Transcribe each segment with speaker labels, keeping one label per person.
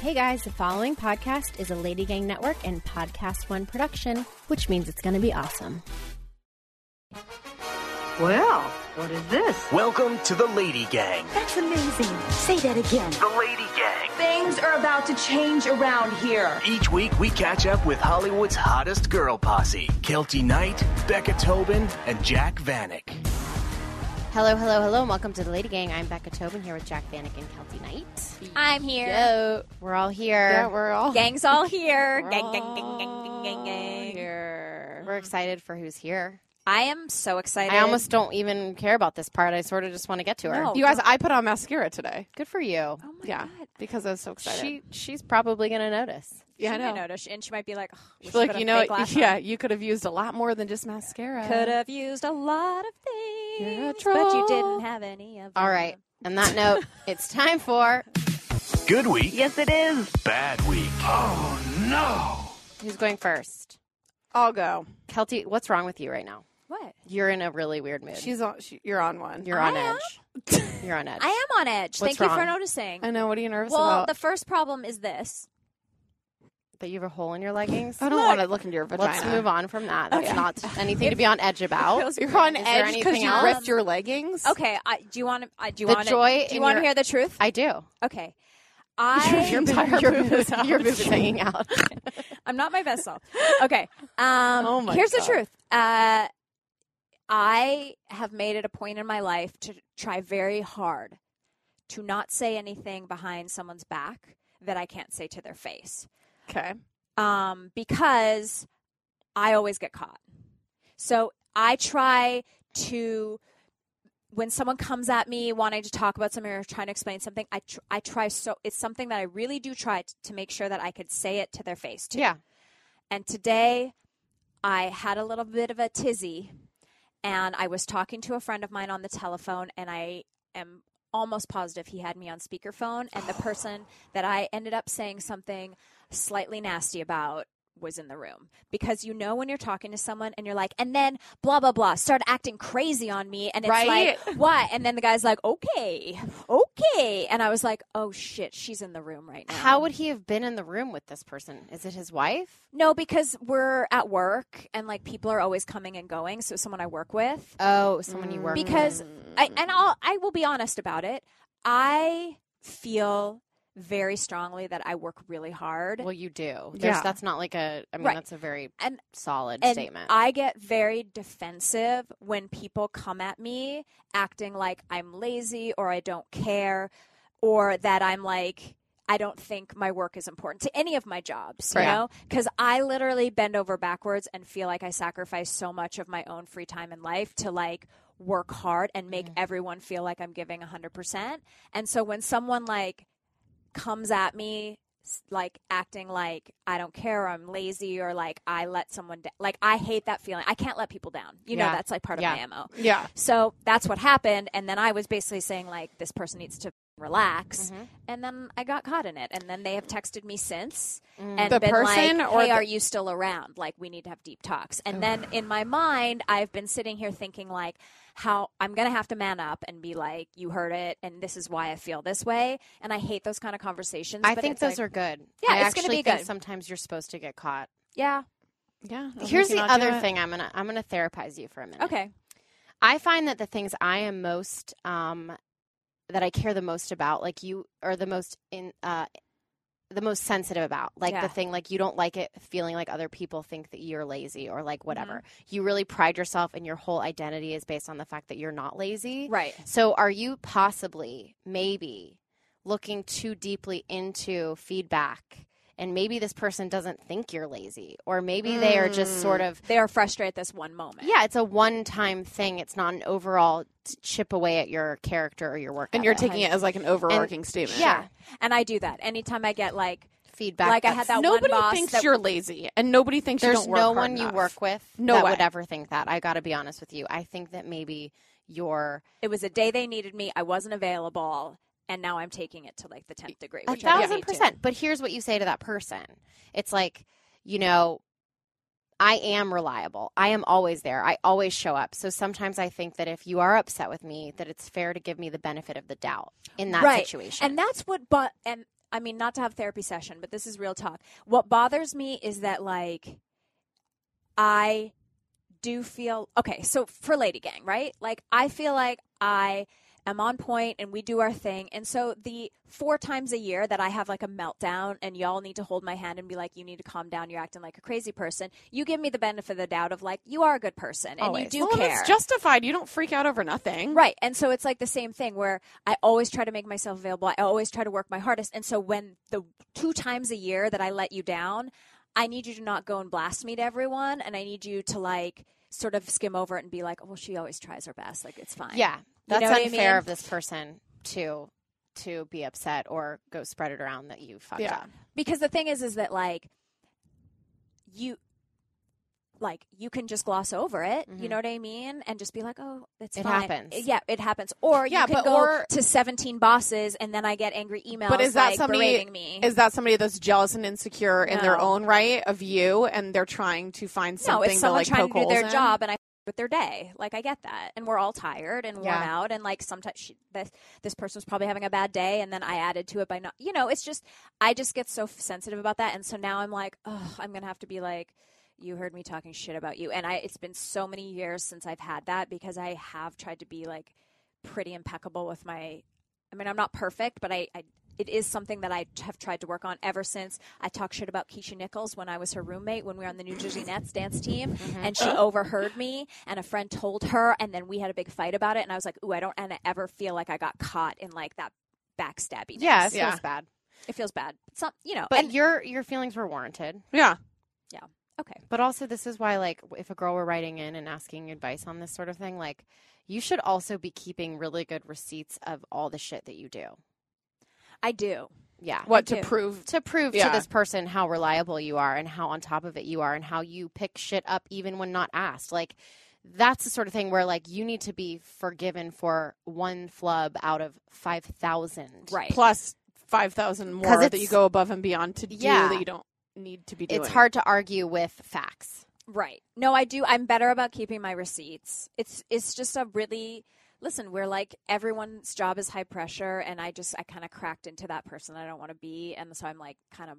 Speaker 1: Hey guys, the following podcast is a Lady Gang Network and Podcast One production, which means it's going to be awesome.
Speaker 2: Well, what is this?
Speaker 3: Welcome to the Lady Gang.
Speaker 4: That's amazing. Say that again.
Speaker 3: The Lady Gang.
Speaker 5: Things are about to change around here.
Speaker 3: Each week, we catch up with Hollywood's hottest girl posse Kelty Knight, Becca Tobin, and Jack Vanek.
Speaker 1: Hello, hello, hello, and welcome to the Lady Gang. I'm Becca Tobin here with Jack Vanek and Kelty Knight.
Speaker 6: I'm here.
Speaker 1: Yo, we're all here.
Speaker 7: Yeah, we're all
Speaker 6: Gang's all here.
Speaker 7: We're
Speaker 6: gang, gang, gang, gang, gang, gang,
Speaker 7: all
Speaker 6: gang.
Speaker 7: here.
Speaker 1: We're excited for who's here.
Speaker 6: I am so excited.
Speaker 1: I almost don't even care about this part. I sort of just want to get to her.
Speaker 6: No.
Speaker 7: You guys, I put on mascara today.
Speaker 1: Good for you.
Speaker 6: Oh my
Speaker 7: yeah,
Speaker 6: god.
Speaker 7: because I was so excited.
Speaker 1: She she's probably going to notice.
Speaker 7: yeah, I
Speaker 6: She might
Speaker 7: know.
Speaker 6: notice, and she might be like, oh,
Speaker 7: She's like, you know, yeah, you could have used a lot more than just mascara.
Speaker 6: Could have used a lot of things,
Speaker 7: You're a
Speaker 6: but you
Speaker 7: troll.
Speaker 6: didn't have any of.
Speaker 1: All
Speaker 6: them.
Speaker 1: right. On that note, it's time for
Speaker 3: Good week,
Speaker 2: Yes, it is.
Speaker 3: bad week. Oh no!
Speaker 1: who's going first.
Speaker 7: I'll go.
Speaker 1: Kelty, what's wrong with you right now?
Speaker 6: What?
Speaker 1: You're in a really weird mood.
Speaker 7: She's on. She, you're on one.
Speaker 1: You're on
Speaker 6: I am?
Speaker 1: edge. You're on edge.
Speaker 6: I am on edge.
Speaker 1: What's
Speaker 6: Thank you for
Speaker 1: wrong?
Speaker 6: noticing.
Speaker 7: I know. What are you nervous
Speaker 6: well,
Speaker 7: about?
Speaker 6: the first problem is this.
Speaker 1: But you have a hole in your leggings.
Speaker 7: I don't want to look into your vagina.
Speaker 1: Let's move on from that. That's
Speaker 7: Okay.
Speaker 1: not anything to be on edge about.
Speaker 7: You're on
Speaker 1: Is there
Speaker 7: edge because
Speaker 1: anything
Speaker 7: you
Speaker 1: else?
Speaker 7: ripped your leggings.
Speaker 6: Okay, I, do you want to? I do you
Speaker 1: The
Speaker 6: want to?
Speaker 1: joy
Speaker 6: Do
Speaker 1: in
Speaker 6: you want
Speaker 1: your-
Speaker 6: to hear the truth?
Speaker 1: I do.
Speaker 6: okay, I
Speaker 7: Your entire
Speaker 1: Your
Speaker 7: boob is
Speaker 1: boob-
Speaker 7: out.
Speaker 1: your boob is hanging out.
Speaker 6: I'm not my best self. Okay. Um,
Speaker 7: Oh my
Speaker 6: here's
Speaker 7: God.
Speaker 6: the truth. Uh, I have made it a point in my life to try very hard to not say anything behind someone's back that I can't say to their face
Speaker 7: Okay.
Speaker 6: um, because I always get caught. So I try to, when someone comes at me wanting to talk about something or trying to explain something, I, tr- I try so, it's something that I really do try t- to make sure that I could say it to their face too.
Speaker 1: Yeah.
Speaker 6: And today I had a little bit of a tizzy and I was talking to a friend of mine on the telephone and I am almost positive he had me on speakerphone and the person that I ended up saying something slightly nasty about was in the room because you know when you're talking to someone and you're like and then blah blah blah start acting crazy on me and it's
Speaker 7: Right?
Speaker 6: like what and then the guy's like okay okay and I was like oh shit she's in the room right now
Speaker 1: How would he have been in the room with this person? Is it his wife?
Speaker 6: no, because we're at work and like people are always coming and going. So someone I work with,
Speaker 1: Oh, someone you work
Speaker 6: because I, and I'll I will be honest about it. I feel very strongly that I work really hard,
Speaker 1: with. Well, you do. There's,
Speaker 7: Yeah.
Speaker 1: That's not like a. I mean,
Speaker 6: Right.
Speaker 1: that's a very
Speaker 6: And-
Speaker 1: solid
Speaker 6: and
Speaker 1: statement.
Speaker 6: I get very defensive when people come at me acting like I'm lazy or I don't care or that I'm like. I don't think my work is important to any of my jobs, you
Speaker 1: Right.
Speaker 6: know? Because I literally bend over backwards and feel like I sacrifice so much of my own free time in life to like work hard and
Speaker 1: Mm.
Speaker 6: make everyone feel like I'm giving 100%. And so when someone like comes at me s- like acting like I don't care or I'm lazy or like I let someone down. Like I hate that feeling. I can't let people down. You know,
Speaker 1: Yeah.
Speaker 6: that's like part
Speaker 1: Yeah.
Speaker 6: of my MO.
Speaker 7: Yeah.
Speaker 6: So that's what happened. And then I was basically saying like this person needs to relax. And then I got caught in it. And then they have texted me since and
Speaker 7: The
Speaker 6: been
Speaker 7: person
Speaker 6: like,
Speaker 7: or
Speaker 6: hey,
Speaker 7: the-
Speaker 6: are you still around? Like we need to have deep talks. And then in my mind, I've been sitting here thinking like how I'm going to have to man up and be like, you heard it. And this is why I feel this way. And I hate those kind of conversations.
Speaker 1: I
Speaker 6: but
Speaker 1: think
Speaker 6: it's
Speaker 1: those
Speaker 6: like,
Speaker 1: are good.
Speaker 6: Yeah,
Speaker 1: I
Speaker 6: it's
Speaker 1: actually
Speaker 6: gonna be
Speaker 1: think
Speaker 6: good.
Speaker 1: sometimes you're supposed to get caught.
Speaker 6: yeah.
Speaker 7: Yeah. I
Speaker 1: Here's
Speaker 7: think
Speaker 1: the
Speaker 7: you not do
Speaker 1: other
Speaker 7: it.
Speaker 1: thing. I'm gonna I'm gonna therapize you for a minute.
Speaker 6: Okay.
Speaker 1: I find that the things I am most um that I care the most about, like you are the most in uh the most sensitive about. Like
Speaker 6: Yeah.
Speaker 1: the thing like you don't like it feeling like other people think that you're lazy or
Speaker 6: Mm-hmm.
Speaker 1: like whatever. You really pride yourself and your whole identity is based on the fact that you're not lazy.
Speaker 6: Right.
Speaker 1: So are you possibly maybe looking too deeply into feedback? And maybe this person doesn't think you're lazy, or maybe they are just sort of
Speaker 6: They are frustrated at this one moment.
Speaker 1: yeah, it's a one-time thing. It's not an overall t- chip away at your character or your work.
Speaker 7: And you're
Speaker 1: ethic.
Speaker 7: taking it as like an overarching statement.
Speaker 1: yeah
Speaker 6: And I do that. Anytime I get like,
Speaker 1: feedback.
Speaker 6: Like I
Speaker 1: that's-
Speaker 6: had that
Speaker 7: Nobody
Speaker 6: one boss
Speaker 7: thinks
Speaker 6: that-
Speaker 7: you're lazy, and nobody thinks you
Speaker 1: There's
Speaker 7: don't work
Speaker 1: no
Speaker 7: hard
Speaker 1: one you
Speaker 7: enough.
Speaker 1: work with
Speaker 7: No
Speaker 1: that
Speaker 7: way.
Speaker 1: would ever think that. I got to be honest with you. I think that maybe your
Speaker 6: it was a day they needed me, I wasn't available, and now I'm taking it to like the 10th degree.
Speaker 1: a
Speaker 6: which I don't
Speaker 1: thousand
Speaker 6: need to.
Speaker 1: percent. But here's what you say to that person. It's like you know. I am reliable. I am always there. I always show up. So sometimes I think that if you are upset with me, that it's fair to give me the benefit of the doubt in that
Speaker 6: right.
Speaker 1: situation.
Speaker 6: And that's what, but, and I mean, not to have therapy session, but this is real talk. What bothers me is that like I do feel okay, so for Lady Gang, right? Like I feel like I am on point and we do our thing. And so the four times a year that I have like a meltdown and y'all need to hold my hand and be like, You need to calm down, you're acting like a crazy person, you give me the benefit of the doubt of like, you are a good person and
Speaker 7: Always.
Speaker 6: you do
Speaker 7: well, and
Speaker 6: care.
Speaker 7: It's justified. You don't freak out over nothing.
Speaker 6: Right. And so it's like the same thing where I always try to make myself available. I always try to work my hardest. And so when the two times a year that I let you down, I need you to not go and blast me to everyone. And I need you to like sort of skim over it and be like, oh, well, she always tries her best. Like it's fine.
Speaker 1: Yeah, that's
Speaker 6: know what I
Speaker 1: unfair
Speaker 6: mean?
Speaker 1: of this person to to be upset or go spread it around that you fucked
Speaker 7: Yeah.
Speaker 1: up.
Speaker 6: Because the thing is, is that like you, like you can just gloss over it.
Speaker 7: Mm-hmm.
Speaker 6: You know what I mean? And just be like, oh, it's
Speaker 1: It
Speaker 6: fine.
Speaker 1: happens.
Speaker 6: Yeah, it happens. Or
Speaker 7: Yeah,
Speaker 6: you can
Speaker 7: but-
Speaker 6: go
Speaker 7: or-
Speaker 6: to 17 bosses and then I get angry emails.
Speaker 7: But is that
Speaker 6: like,
Speaker 7: somebody?
Speaker 6: berating me.
Speaker 7: Is that somebody that's jealous and insecure in their
Speaker 6: No.
Speaker 7: own right of you, and they're trying to find
Speaker 6: No,
Speaker 7: something
Speaker 6: it's someone
Speaker 7: to like
Speaker 6: trying
Speaker 7: poke
Speaker 6: to do
Speaker 7: holes
Speaker 6: their
Speaker 7: in?
Speaker 6: job, and I f- with their day. Like I get that, and we're all tired and worn
Speaker 1: Yeah.
Speaker 6: out, and like sometimes she, this this person was probably having a bad day, and then I added to it by not. You know, it's just I just get so f- sensitive about that, and so now I'm like, oh, I'm gonna have to be like. You heard me talking shit about you, and I. It's been so many years since I've had that because I have tried to be like pretty impeccable with my I mean, I'm not perfect, but I, I it is something that I t- have tried to work on ever since I talked shit about Keisha Nichols when I was her roommate when we were on the New Jersey Nets dance team,
Speaker 1: Mm-hmm.
Speaker 6: and she overheard me, and a friend told her, and then we had a big fight about it, and I was like, "Ooh, I don't and I ever feel like I got caught in like that backstabbing."
Speaker 1: Yeah, it
Speaker 7: Yeah.
Speaker 1: feels bad.
Speaker 6: it feels bad. It's not, you know,
Speaker 1: But
Speaker 6: and-
Speaker 1: your your feelings were warranted.
Speaker 7: Yeah.
Speaker 6: okay,
Speaker 1: But also, this is why, like, if a girl were writing in and asking advice on this sort of thing, like, you should also be keeping really good receipts of all the shit that you do.
Speaker 6: I do.
Speaker 1: Yeah.
Speaker 7: What to
Speaker 6: do.
Speaker 7: prove?
Speaker 1: To prove
Speaker 7: Yeah.
Speaker 1: to this person how reliable you are and how on top of it you are and how you pick shit up even when not asked. Like, that's the sort of thing where, like, you need to be forgiven for one flub out of 5,000.
Speaker 6: Right.
Speaker 7: Plus five thousand more
Speaker 1: 'Cause
Speaker 7: that
Speaker 1: it's-
Speaker 7: you go above and beyond to do
Speaker 1: Yeah.
Speaker 7: that you don't need to be doing.
Speaker 1: It's hard to argue with facts.
Speaker 6: Right. No, I do. I'm better about keeping my receipts. It's it's just a really listen. We're like everyone's job is high pressure, and I just I kind of cracked into that person I don't want to be, and so I'm like kind of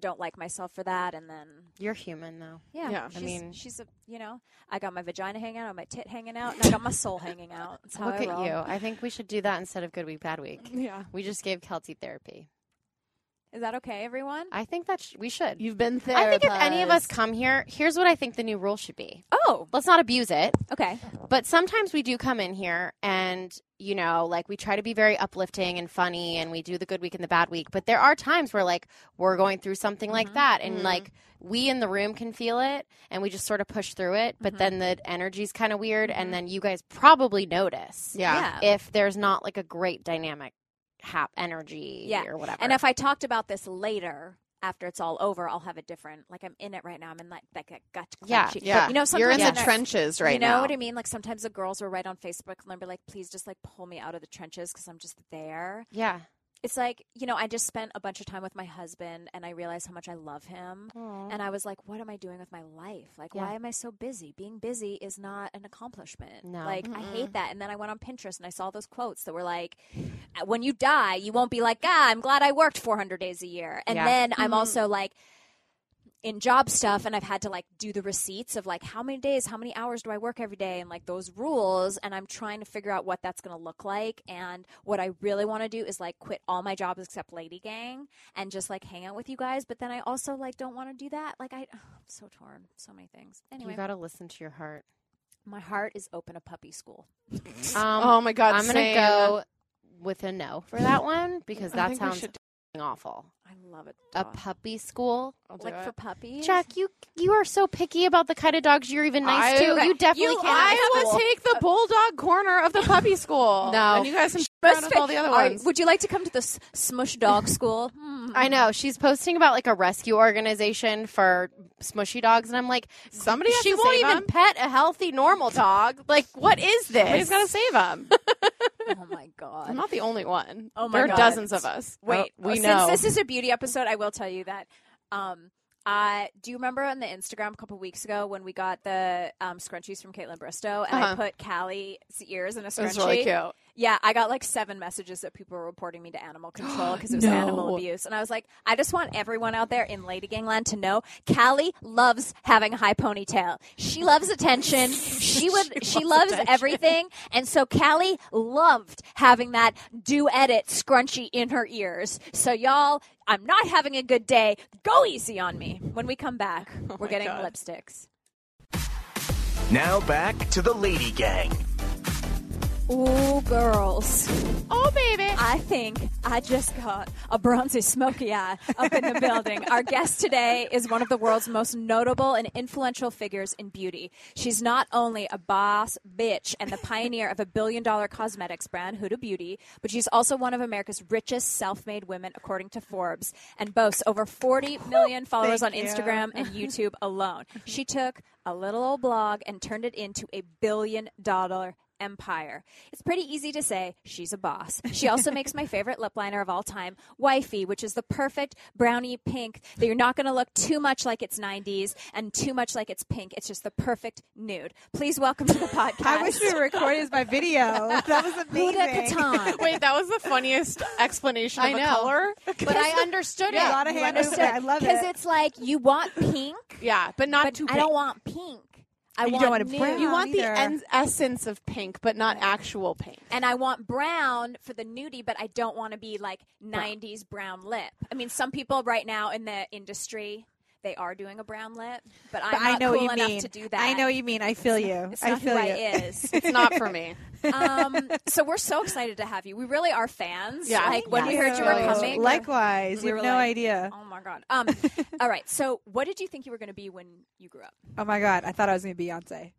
Speaker 6: don't like myself for that, and then
Speaker 1: You're human, though.
Speaker 6: yeah,
Speaker 7: Yeah. I
Speaker 6: she's,
Speaker 1: mean-
Speaker 6: she's a you know I got my vagina hanging out, my tit hanging out, and I got my soul hanging out. That's how
Speaker 1: Look
Speaker 6: I
Speaker 1: at
Speaker 6: roll.
Speaker 1: you. I think we should do that instead of Good Week, Bad Week.
Speaker 7: Yeah.
Speaker 1: We just gave Kelty therapy.
Speaker 6: Is that okay, everyone?
Speaker 1: I think that sh- we should.
Speaker 7: You've been there.
Speaker 1: I think if any of us come here, here's what I think the new rule should be.
Speaker 6: Oh,
Speaker 1: Let's not abuse it,
Speaker 6: okay.
Speaker 1: but sometimes we do come in here and, you know, like we try to be very uplifting and funny and we do the good week and the bad week, but there are times where like we're going through something like that and like we in the room can feel it and we just sort of push through it, but then the energy's kind of weird and then you guys probably notice
Speaker 7: Yeah.
Speaker 1: if there's not like a great dynamic hap energy
Speaker 6: Yeah.
Speaker 1: or whatever.
Speaker 6: And if I talked about this later. After it's all over, I'll have a different. Like I'm in it right now. I'm in like that gut.
Speaker 1: Yeah,
Speaker 6: crunchy-
Speaker 7: Yeah.
Speaker 6: You know, sometimes
Speaker 7: you're in
Speaker 1: sometimes
Speaker 7: the
Speaker 1: I-
Speaker 7: trenches right
Speaker 6: you know
Speaker 7: now.
Speaker 6: what I mean? Like sometimes the girls were right on Facebook and I'd be like, please just like pull me out of the trenches because I'm just there.
Speaker 1: yeah.
Speaker 6: It's like, you know, I just spent a bunch of time with my husband and I realized how much I love him. And I was like, what am I doing with my life? Like, why am I so busy? Being busy is not an accomplishment.
Speaker 1: No.
Speaker 6: Like, I hate that. And then I went on Pinterest and I saw those quotes that were like, when you die, you won't be like, ah, I'm glad I worked 400 days a year. And
Speaker 1: Yeah.
Speaker 6: then I'm also like, in job stuff and I've had to like do the receipts of like how many days, how many hours do I work every day and like those rules and I'm trying to figure out what that's going to look like and what I really want to do is like quit all my jobs except Lady Gang and just like hang out with you guys but then I also like don't want to do that like I I'm so torn so many things. Anyway,
Speaker 1: You got to listen to your heart.
Speaker 6: my heart is open to puppy school.
Speaker 1: Um,
Speaker 7: oh my god!
Speaker 1: I'm gonna
Speaker 7: same.
Speaker 1: go with a no for that one because
Speaker 7: I
Speaker 1: that
Speaker 7: think we
Speaker 1: sounds
Speaker 7: should
Speaker 1: f***ing awful.
Speaker 6: I love it.
Speaker 1: A puppy school,
Speaker 7: I'll do
Speaker 6: like
Speaker 7: it.
Speaker 6: for puppies.
Speaker 1: Jack. You you are so picky about the kind of dogs you're even nice
Speaker 7: I-
Speaker 1: to. You definitely
Speaker 7: You-
Speaker 1: can't.
Speaker 7: I will take the bulldog corner of the puppy school.
Speaker 1: No.
Speaker 7: and you guys can
Speaker 6: Best
Speaker 7: around with
Speaker 6: fit-
Speaker 7: all the other
Speaker 6: All right,
Speaker 7: ones.
Speaker 6: Would you like to come to the s- Smush Dog School? Hmm.
Speaker 1: I know she's posting about like a rescue organization for smushy dogs, and I'm like,
Speaker 7: Somebody has
Speaker 1: she
Speaker 7: to
Speaker 1: won't
Speaker 7: save
Speaker 1: even
Speaker 7: 'em.
Speaker 1: pet a healthy normal dog. Like, what is this?
Speaker 7: Somebody's got to save them.
Speaker 6: oh my god.
Speaker 7: I'm not the only one.
Speaker 6: Oh my
Speaker 7: there are
Speaker 6: God.
Speaker 7: dozens of us.
Speaker 6: Wait,
Speaker 7: Oh, we
Speaker 6: since
Speaker 7: know.
Speaker 6: this is a beauty episode, I will tell you that. Um, I do you remember on the Instagram a couple weeks ago when we got the um, scrunchies from Caitlin Bristow and I
Speaker 7: Uh-huh.
Speaker 6: put Callie's ears in a
Speaker 7: It
Speaker 6: scrunchie?
Speaker 7: was really cute.
Speaker 6: Yeah, I got like seven messages that people were reporting me to animal control because it was animal
Speaker 7: No.
Speaker 6: abuse. And I was like, I just want everyone out there in Lady Gangland to know Callie loves having a high ponytail. She loves attention. She would she, loves everything. And so Callie loved having that do edit scrunchy in her ears. So y'all, I'm not having a good day. Go easy on me. When we come back, we're getting lipsticks.
Speaker 3: Now back to the Lady Gang.
Speaker 6: Ooh, girls.
Speaker 1: Oh, baby.
Speaker 6: I think I just got a bronzy smoky eye up in the building. Our guest today is one of the world's most notable and influential figures in beauty. She's not only a boss bitch and the pioneer of a billion dollar cosmetics brand, Huda Beauty, but she's also one of America's richest self made women, according to Forbes, and boasts over 40 million followers on Instagram and YouTube alone. She took a little old blog and turned it into a billion dollar empire. It's pretty easy to say she's a boss. She also makes my favorite lip liner of all time, Wifey, which is the perfect brownie pink that you're not going to look too much like it's 90s and too much like it's pink. It's just the perfect nude. Please welcome to the podcast.
Speaker 8: I wish we were recording my video. That was amazing.
Speaker 6: Huda Katan.
Speaker 7: Wait, that was the funniest explanation of
Speaker 1: I
Speaker 7: a
Speaker 1: know.
Speaker 7: color.
Speaker 1: But I understood
Speaker 8: Yeah,
Speaker 1: it.
Speaker 8: a lot of hand movement. I love
Speaker 6: Because
Speaker 8: it.
Speaker 6: it's like you want pink,
Speaker 7: Yeah, but not
Speaker 6: but
Speaker 7: too.
Speaker 6: I
Speaker 7: pink.
Speaker 6: don't want pink. I
Speaker 8: You
Speaker 6: want
Speaker 8: don't want it
Speaker 6: nude.
Speaker 8: brown.
Speaker 7: You want the
Speaker 8: either.
Speaker 7: en- essence of pink, but not actual pink.
Speaker 6: and I want brown for the nudie, but I don't want to be like '90s brown lip. I mean, some people right now in the industry they are doing a brown lip, but I'm
Speaker 8: But I
Speaker 6: not
Speaker 8: know
Speaker 6: cool
Speaker 8: what you
Speaker 6: enough
Speaker 8: mean.
Speaker 6: to do that.
Speaker 8: I know what you mean. I feel you.
Speaker 6: It's
Speaker 8: I
Speaker 6: not
Speaker 8: feel
Speaker 6: who
Speaker 8: you.
Speaker 6: I is.
Speaker 7: It's not for me.
Speaker 6: um, so we're so excited to have you. We really are fans.
Speaker 7: Yeah.
Speaker 6: like when we heard you were
Speaker 7: Yeah.
Speaker 6: coming. we-
Speaker 8: Likewise,
Speaker 6: we
Speaker 8: you
Speaker 6: were
Speaker 8: have no
Speaker 6: like,
Speaker 8: idea.
Speaker 6: Oh my god. Um, all right. So, what did you think you were going to be when you grew up?
Speaker 8: Oh my god, I thought I was gonna be Beyonce.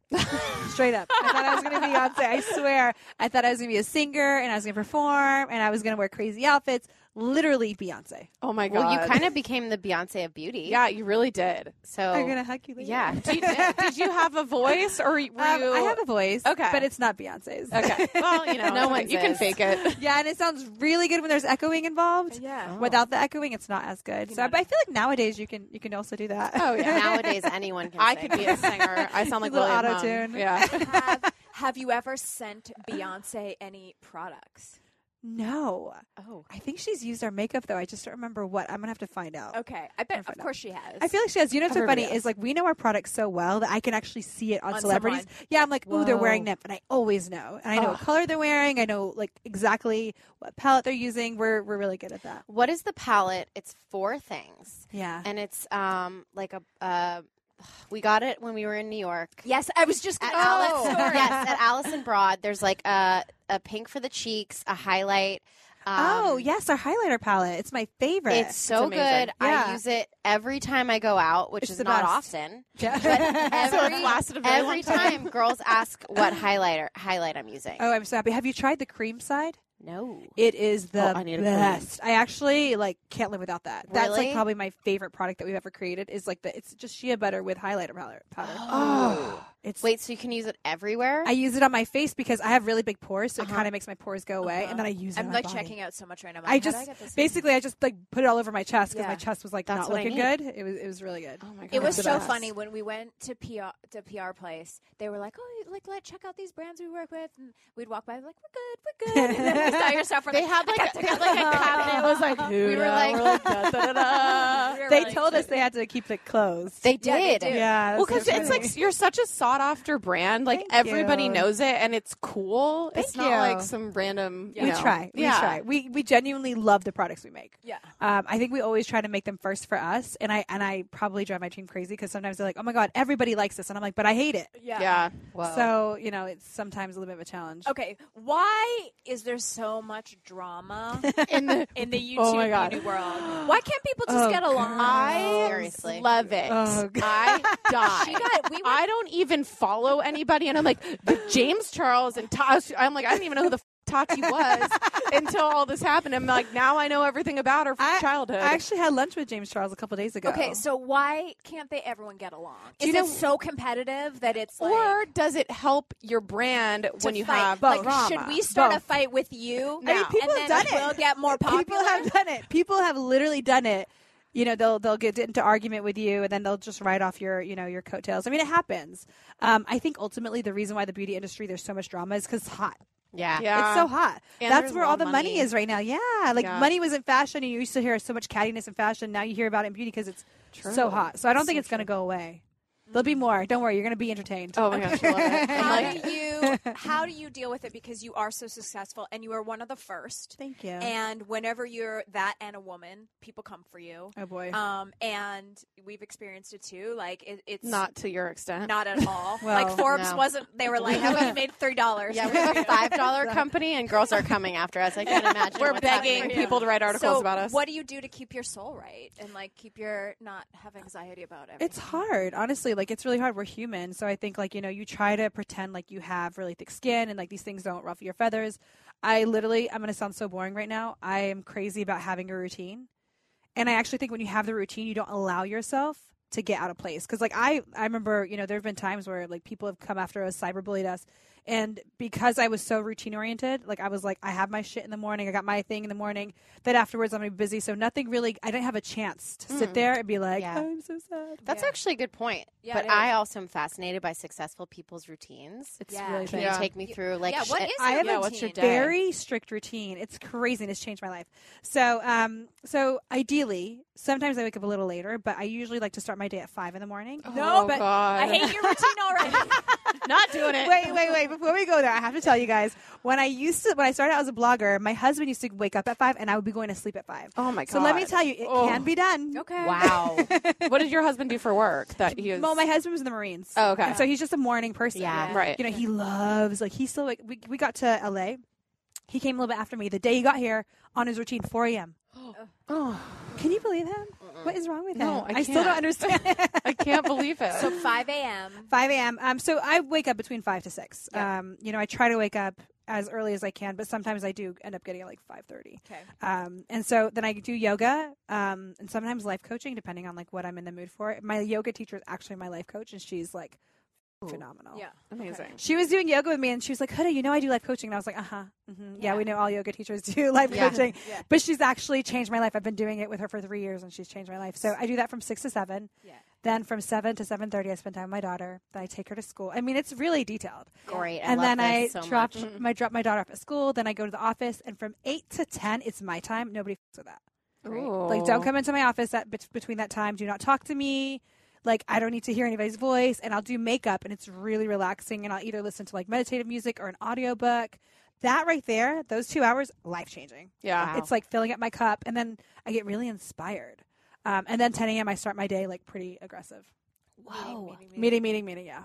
Speaker 8: Straight up, I thought I was gonna be Beyonce. I swear, I thought I was gonna be a singer and I was gonna perform and I was gonna wear crazy outfits. Literally Beyonce.
Speaker 7: Oh my god.
Speaker 1: Well, you kind of became the Beyonce of beauty.
Speaker 7: Yeah, you really did.
Speaker 1: So
Speaker 8: I'm gonna hug you. Later.
Speaker 1: yeah.
Speaker 7: Do you- did you have a voice, or were you?
Speaker 8: Um, I have a voice.
Speaker 7: Okay.
Speaker 8: but it's not Beyonce's.
Speaker 7: okay. Well, you know,
Speaker 1: No one's
Speaker 7: you can
Speaker 1: is.
Speaker 7: fake it.
Speaker 8: Yeah, and it sounds really good when there's echoing involved.
Speaker 6: Yeah.
Speaker 8: Without the echoing, it's not as good. So, but I feel like nowadays you can you can also do that.
Speaker 7: Oh yeah.
Speaker 1: Nowadays, anyone can.
Speaker 7: I
Speaker 1: sing.
Speaker 7: could be a singer. I sound like
Speaker 8: Little
Speaker 7: William Hung.
Speaker 8: auto-tune.
Speaker 7: Yeah.
Speaker 6: Have, have you ever sent Beyonce any products?
Speaker 8: No.
Speaker 1: Oh.
Speaker 8: I think she's used our makeup though. I just don't remember what. I'm gonna have to find out.
Speaker 6: Okay, I bet. Of course, she has.
Speaker 8: I feel like she has. You know what's so
Speaker 7: Everybody
Speaker 8: funny
Speaker 7: has.
Speaker 8: is like we know our products so well that I can actually see it on,
Speaker 6: On
Speaker 8: celebrities.
Speaker 6: someone.
Speaker 8: Yeah, I'm like, ooh, they're wearing
Speaker 1: Whoa.
Speaker 8: that, and I always know, and I know what color they're wearing. I know like exactly what palette they're using. We're we're really good at that.
Speaker 1: What is the palette? It's four things,
Speaker 8: Yeah.
Speaker 1: and it's um like a. Uh, we got it when we were in New York.
Speaker 6: Yes, I was just
Speaker 1: At
Speaker 6: gonna tell
Speaker 1: Alice,
Speaker 6: that story.
Speaker 1: yes, at Allison Broad, there's like a a pink for the cheeks, a highlight. Um,
Speaker 8: oh yes, our highlighter palette. It's my favorite.
Speaker 1: It's so good.
Speaker 7: amazing.
Speaker 1: I
Speaker 8: Yeah.
Speaker 1: use it every time I go out, which
Speaker 8: It's
Speaker 1: is
Speaker 8: the
Speaker 1: not
Speaker 8: best.
Speaker 1: often.
Speaker 8: Yeah.
Speaker 1: But every,
Speaker 7: lasted a very
Speaker 1: every
Speaker 7: long
Speaker 1: time girls ask what highlighter highlight I'm using.
Speaker 8: oh, I'm so happy. Have you tried the cream side?
Speaker 1: No.
Speaker 8: It is the
Speaker 7: Oh, I need a cream.
Speaker 8: best. I actually like can't live without that. That's
Speaker 1: Really?
Speaker 8: like probably my favorite product that we've ever created. Is like the it's just shea butter with highlighter powder. powder. Oh, it's
Speaker 1: Wait, so you can use it everywhere?
Speaker 8: I use it on my face because I have really big pores, so it kind of makes my pores go away, and then I use it.
Speaker 6: I'm
Speaker 8: on
Speaker 6: like
Speaker 8: my body.
Speaker 6: checking out so much right now. I'm
Speaker 8: I
Speaker 6: like, how do
Speaker 8: just
Speaker 6: get this in?
Speaker 8: basically I just like put it all over my chest because
Speaker 6: Yeah.
Speaker 8: my chest was like
Speaker 1: That's
Speaker 8: not
Speaker 1: what I
Speaker 8: looking
Speaker 1: need.
Speaker 8: good. It was it was really good.
Speaker 7: my god.
Speaker 6: It was
Speaker 8: the
Speaker 6: so
Speaker 8: best.
Speaker 6: funny when we went to PR to PR place. They were like, "Oh, like let check out these brands we work with." And we'd walk by, like, "We're good, we're good." And then we saw your stuff. We're
Speaker 1: they
Speaker 6: like,
Speaker 1: had like a, they had like a cabinet.
Speaker 7: I was like, who?
Speaker 1: We were like-
Speaker 6: "We were
Speaker 8: uh, They
Speaker 6: really
Speaker 8: told us
Speaker 6: excited."
Speaker 8: they had to keep it closed.
Speaker 1: They
Speaker 6: Yeah, they
Speaker 1: did.
Speaker 6: did.
Speaker 8: yeah,
Speaker 7: Well, because
Speaker 8: that's so
Speaker 7: it's
Speaker 8: funny.
Speaker 7: like you're such a sought after brand. Like
Speaker 8: Thank
Speaker 7: everybody
Speaker 8: you.
Speaker 7: knows it, and it's cool. it's
Speaker 8: Thank
Speaker 7: not
Speaker 8: you.
Speaker 7: like some random. You
Speaker 8: we
Speaker 7: know.
Speaker 8: try, we
Speaker 7: Yeah.
Speaker 8: try. We we genuinely love the products we make.
Speaker 6: Yeah.
Speaker 8: Um, I think we always try to make them first for us, and I and I probably drive my team crazy because sometimes they're like, "Oh my god, everybody likes this," and I'm like, "But I hate it."
Speaker 6: Yeah.
Speaker 7: Yeah.
Speaker 8: So you know, it's sometimes a little bit of a challenge.
Speaker 6: Okay. Why is there so much drama
Speaker 7: In the
Speaker 6: in the YouTube
Speaker 7: Oh my God.
Speaker 6: beauty world? Why can't people just
Speaker 8: Oh,
Speaker 6: get along?
Speaker 7: I
Speaker 1: Seriously.
Speaker 7: love it.
Speaker 8: Oh, God.
Speaker 7: I die.
Speaker 6: She got- we were-
Speaker 7: I don't even follow anybody, and I'm like the James Charles and Tati. I'm like I didn't even know who the f- Tati was until all this happened. I'm like now I know everything about her from
Speaker 8: I-
Speaker 7: childhood.
Speaker 8: I actually had lunch with James Charles a couple days ago.
Speaker 6: Okay, so why can't they everyone get along? Is
Speaker 8: you
Speaker 6: it
Speaker 8: know-
Speaker 6: so competitive that it's like,
Speaker 7: or does it help your brand
Speaker 6: to
Speaker 7: when you
Speaker 6: fight?
Speaker 7: have
Speaker 6: like,
Speaker 7: drama?
Speaker 6: should we start a
Speaker 8: Both.
Speaker 6: fight with you?
Speaker 7: I mean,
Speaker 6: now?
Speaker 8: people
Speaker 6: and
Speaker 8: have
Speaker 6: then
Speaker 8: done it.
Speaker 6: We'll get more popular.
Speaker 8: People have done it. People have literally done it. You know, they'll they'll get into argument with you, and then they'll just write off your you know your coattails. I mean, it happens. Um, I think ultimately the reason why the beauty industry there's so much drama is because it's hot.
Speaker 1: Yeah.
Speaker 7: Yeah.
Speaker 8: It's so hot.
Speaker 7: And
Speaker 8: That's
Speaker 7: there's
Speaker 8: where
Speaker 7: a lot
Speaker 8: all
Speaker 7: of
Speaker 8: the money.
Speaker 7: money.
Speaker 8: is right now. Yeah. Like
Speaker 7: Yeah.
Speaker 8: money was in fashion and you used to hear so much cattiness in fashion. Now you hear about it in beauty because it's so hot. So I don't think it's going to go away. There'll be more. Don't worry. You're going to be entertained.
Speaker 7: Oh my gosh, I love it. I'm
Speaker 6: How
Speaker 7: like,
Speaker 6: do you how do you deal with it because you are so successful and you are one of the first?
Speaker 8: Thank you.
Speaker 6: And whenever you're that and a woman, people come for you.
Speaker 8: oh boy.
Speaker 6: Um, and we've experienced it too. Like it, it's
Speaker 7: not to your extent.
Speaker 6: not at all.
Speaker 8: Well,
Speaker 6: like Forbes
Speaker 1: no.
Speaker 6: wasn't. They were like, "Oh, you made three dollars."
Speaker 1: Yeah, we're a five dollar company, and girls are coming after us. I can't imagine.
Speaker 7: We're
Speaker 1: what's
Speaker 7: begging
Speaker 1: happening.
Speaker 7: people to write articles
Speaker 6: so
Speaker 7: about us.
Speaker 6: What do you do to keep your soul right and like keep your not have anxiety about everything?
Speaker 8: It's hard, honestly. Like it's really hard. We're human, so I think like you know you try to pretend like you have really thick skin and like these things don't ruffle your feathers. I literally, I'm gonna sound so boring right now. I am crazy about having a routine, and I actually think when you have the routine, you don't allow yourself to get out of place. Because like I, I remember you know there have been times where like people have come after us, cyberbullied us, and because I was so routine oriented, like I was like I have my shit in the morning, I got my thing in the morning. Then afterwards I'm gonna be busy, so nothing really. I didn't have a chance to sit there and be like
Speaker 1: Yeah.
Speaker 8: I'm so sad.
Speaker 1: That's actually a good point.
Speaker 6: Yeah,
Speaker 1: but
Speaker 6: it is.
Speaker 1: I also am fascinated by successful people's routines.
Speaker 8: It's
Speaker 6: Yeah.
Speaker 8: really
Speaker 1: Can
Speaker 8: bad.
Speaker 1: you take me through like
Speaker 6: yeah, what
Speaker 1: shit-
Speaker 6: is
Speaker 8: I
Speaker 6: your
Speaker 8: have a
Speaker 6: routine?
Speaker 7: what's your day?
Speaker 8: very strict routine. It's crazy and it's changed my life. So, um, so ideally, sometimes I wake up a little later, but I usually like to start my day at five in the morning.
Speaker 7: oh,
Speaker 8: but
Speaker 7: God.
Speaker 6: I hate your routine already.
Speaker 7: not doing it.
Speaker 8: wait, wait, wait. Before we go there, I have to tell you guys when I used to when I started out as a blogger, my husband used to wake up at five, and I would be going to sleep at five.
Speaker 7: Oh, my
Speaker 8: So let me
Speaker 7: God.
Speaker 8: tell you, it
Speaker 7: Oh.
Speaker 8: can be done.
Speaker 6: okay.
Speaker 1: wow.
Speaker 7: what did your husband do for work? That he was
Speaker 8: Well, my husband was in the Marines.
Speaker 7: Oh, okay.
Speaker 8: And so he's just a morning person.
Speaker 1: Yeah. Yeah.
Speaker 7: Right.
Speaker 8: You know, he loves like he still like we, we got to LA. He came a little bit after me. The day he got here on his routine, 4 a.m. Can you believe him? What is wrong with
Speaker 7: No,
Speaker 8: him?
Speaker 7: I
Speaker 8: still don't
Speaker 7: can't.
Speaker 8: understand.
Speaker 7: I can't believe it.
Speaker 6: So 5 a.m.
Speaker 8: 5 a.m. Um, so I wake up between 5 to 6. Um, you know, I try to wake up as early as I can, but sometimes I do end up getting at like 5.30.
Speaker 6: Okay.
Speaker 8: Um, and so then I do yoga um, and sometimes life coaching, depending on like what I'm in the mood for. My yoga teacher is actually my life coach, and she's like phenomenal.
Speaker 6: Yeah.
Speaker 7: amazing.
Speaker 8: She was doing yoga with me, and she was like, "Huda, you know I do life coaching." And I was like, "Uh huh, hmm yeah. we know all yoga teachers do life
Speaker 1: Yeah.
Speaker 8: coaching." But she's actually changed my life. I've been doing it with her for three years, and she's changed my life. So I do that from six to seven.
Speaker 6: Yeah.
Speaker 8: Then from seven to seven thirty, I spend time with my daughter. Then I take her to school. I mean, it's really detailed.
Speaker 1: Great. I
Speaker 8: and
Speaker 1: love
Speaker 8: then I
Speaker 1: this so
Speaker 8: drop
Speaker 1: much.
Speaker 8: my drop my daughter off at school. Then I go to the office, and from eight to ten, it's my time. Nobody f- with that. Like, don't come into my office at, bet- between that time. Do not talk to me. Like, I don't need to hear anybody's voice. And I'll do makeup, and it's really relaxing. And I'll either listen to like meditative music or an audiobook. That right there, those two hours, life changing.
Speaker 7: Yeah.
Speaker 8: It's like filling up my cup. And then I get really inspired. Um, and then 10 a.m., I start my day like pretty aggressive.
Speaker 1: Whoa.
Speaker 8: Meeting, meeting, meeting. Yeah.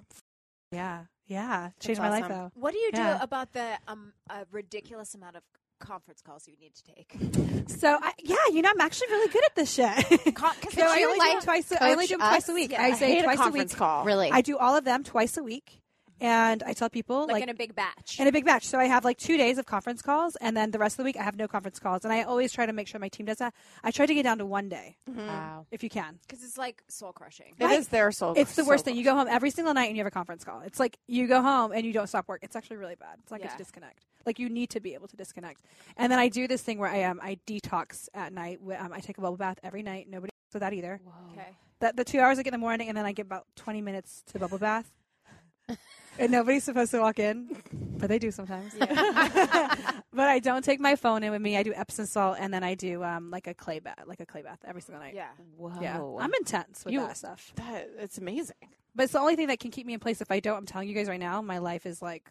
Speaker 8: Yeah. Yeah. Changed my life,
Speaker 1: awesome.
Speaker 8: though.
Speaker 6: What do you do
Speaker 8: Yeah.
Speaker 6: about the um uh, ridiculous amount of conference calls you need to take?
Speaker 8: So, I, yeah, you know, I'm actually really good at this shit.
Speaker 6: Con-
Speaker 8: So I
Speaker 1: you
Speaker 8: only do
Speaker 1: like
Speaker 8: them twice. A, I only
Speaker 1: coach
Speaker 8: do them twice
Speaker 1: us?
Speaker 8: a week.
Speaker 6: Yeah.
Speaker 8: I
Speaker 6: I
Speaker 8: say
Speaker 7: hate a
Speaker 8: twice
Speaker 7: conference
Speaker 8: week.
Speaker 7: call.
Speaker 1: Really?
Speaker 8: I do all of them twice a week, and I tell people
Speaker 6: like,
Speaker 8: like,
Speaker 6: in a big batch.
Speaker 8: in a big batch. So I have like two days of conference calls, and then the rest of the week I have no conference calls. And I always try to make sure my team does that. I try to get down to one day
Speaker 1: Wow.
Speaker 8: if you can.
Speaker 6: Because it's like soul crushing.
Speaker 7: It is their soul.
Speaker 8: It's the worst thing. You go home every single night and you have a conference call. It's like you go home and you don't stop work. It's actually really bad. It's not good
Speaker 6: Yeah.
Speaker 8: to disconnect. Like you need to be able to disconnect. And then I do this thing where I um I detox at night. Wh- Um, I take a bubble bath every night. Nobody with that either.
Speaker 6: Okay.
Speaker 8: that the two hours I get in the morning, and then I get about twenty minutes to bubble bath. and nobody's supposed to walk in, but they do sometimes. but I don't take my phone in with me. I do Epsom salt, and then I do um, like a clay bath, like a clay bath every single night.
Speaker 6: Yeah.
Speaker 1: Whoa.
Speaker 8: Yeah,
Speaker 7: Oh.
Speaker 8: I'm intense with
Speaker 7: You-
Speaker 8: that stuff,
Speaker 7: That, it's amazing.
Speaker 8: but it's the only thing that can keep me in place. If I don't, I'm telling you guys right now, my life is like,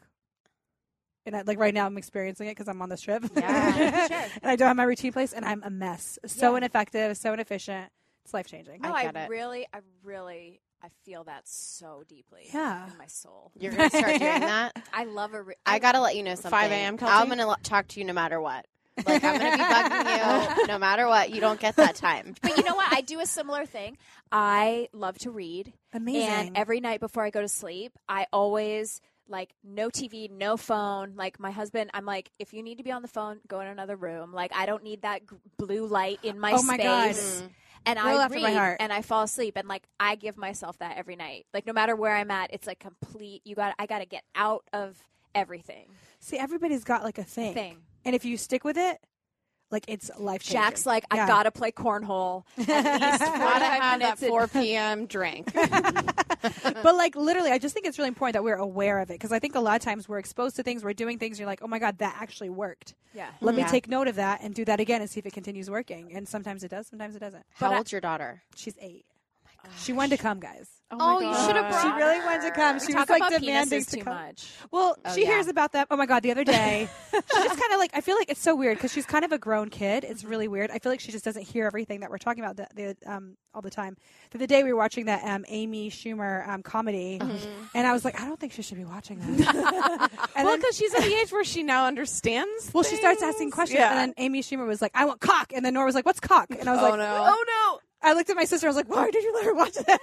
Speaker 8: and I, like right now, I'm experiencing it because I'm on this trip,
Speaker 1: Yeah.
Speaker 8: and I don't have my routine in place, and I'm a mess. So ineffective, so inefficient. It's life changing.
Speaker 6: No,
Speaker 1: I
Speaker 6: Oh, I,
Speaker 1: get it.
Speaker 6: really, I really, I feel that so deeply.
Speaker 8: Yeah.
Speaker 6: In my soul.
Speaker 1: You're gonna start doing that.
Speaker 6: I love a. Re-
Speaker 1: I gotta let you know something.
Speaker 7: 5 a.m. Kelty?
Speaker 1: I'm gonna lo- talk to you no matter what. Like I'm gonna be bugging you no matter what. You don't get that time.
Speaker 6: But you know what? I do a similar thing. I love to read.
Speaker 8: Amazing.
Speaker 6: And every night before I go to sleep, I always like no TV, no phone. Like my husband, I'm like, if you need to be on the phone, go in another room. Like I don't need that g- blue light in my
Speaker 8: Oh
Speaker 6: space.
Speaker 8: my God.
Speaker 6: And
Speaker 8: Girl
Speaker 6: I
Speaker 8: after
Speaker 6: read
Speaker 8: my heart.
Speaker 6: and I fall asleep and like I give myself that every night. Like no matter where I'm at, it's like complete. You got I got to get out of everything.
Speaker 8: See, everybody's got like a thing.
Speaker 6: Thing.
Speaker 8: And if you stick with it, Like it's life changing.
Speaker 6: Jack's like, I gotta play cornhole. At least
Speaker 7: Gotta
Speaker 6: 45
Speaker 7: have that
Speaker 6: minutes in-
Speaker 7: 4 p.m. drink.
Speaker 8: but like literally, I just think it's really important that we're aware of it because I think a lot of times we're exposed to things, we're doing things, and you're like, oh my god, that actually worked.
Speaker 6: Yeah.
Speaker 8: Let me
Speaker 1: Yeah.
Speaker 8: take note of that and do that again and see if it continues working. And sometimes it does, sometimes it doesn't.
Speaker 1: How old's your daughter?
Speaker 8: She's eight. She wanted to come, guys.
Speaker 1: Oh, you should have brought.
Speaker 8: She really wanted to come.
Speaker 6: We
Speaker 8: She was
Speaker 6: talk
Speaker 8: like
Speaker 6: about
Speaker 8: demanding
Speaker 6: penises
Speaker 8: to
Speaker 6: too
Speaker 8: come.
Speaker 6: much.
Speaker 8: Well, she
Speaker 1: yeah.
Speaker 8: hears about that. Oh my god, the other day, she just kind of like I feel like it's so weird because she's kind of a grown kid. It's really weird. I feel like she just doesn't hear everything that we're talking about the, the, um, all the time. The other day we were watching that um, Amy Schumer um, comedy, and I was like, I don't think she should be watching that. and
Speaker 7: well,
Speaker 8: then,
Speaker 7: because she's at the age where she now understands.
Speaker 8: well, she starts
Speaker 7: things.
Speaker 8: asking questions,
Speaker 7: Yeah.
Speaker 8: and then Amy Schumer was like, I want cock, and then Nora was like, What's cock? And I was
Speaker 7: Oh,
Speaker 8: like,
Speaker 7: no.
Speaker 8: Oh no. I looked at my sister. I was like, "Why did you let her watch that?"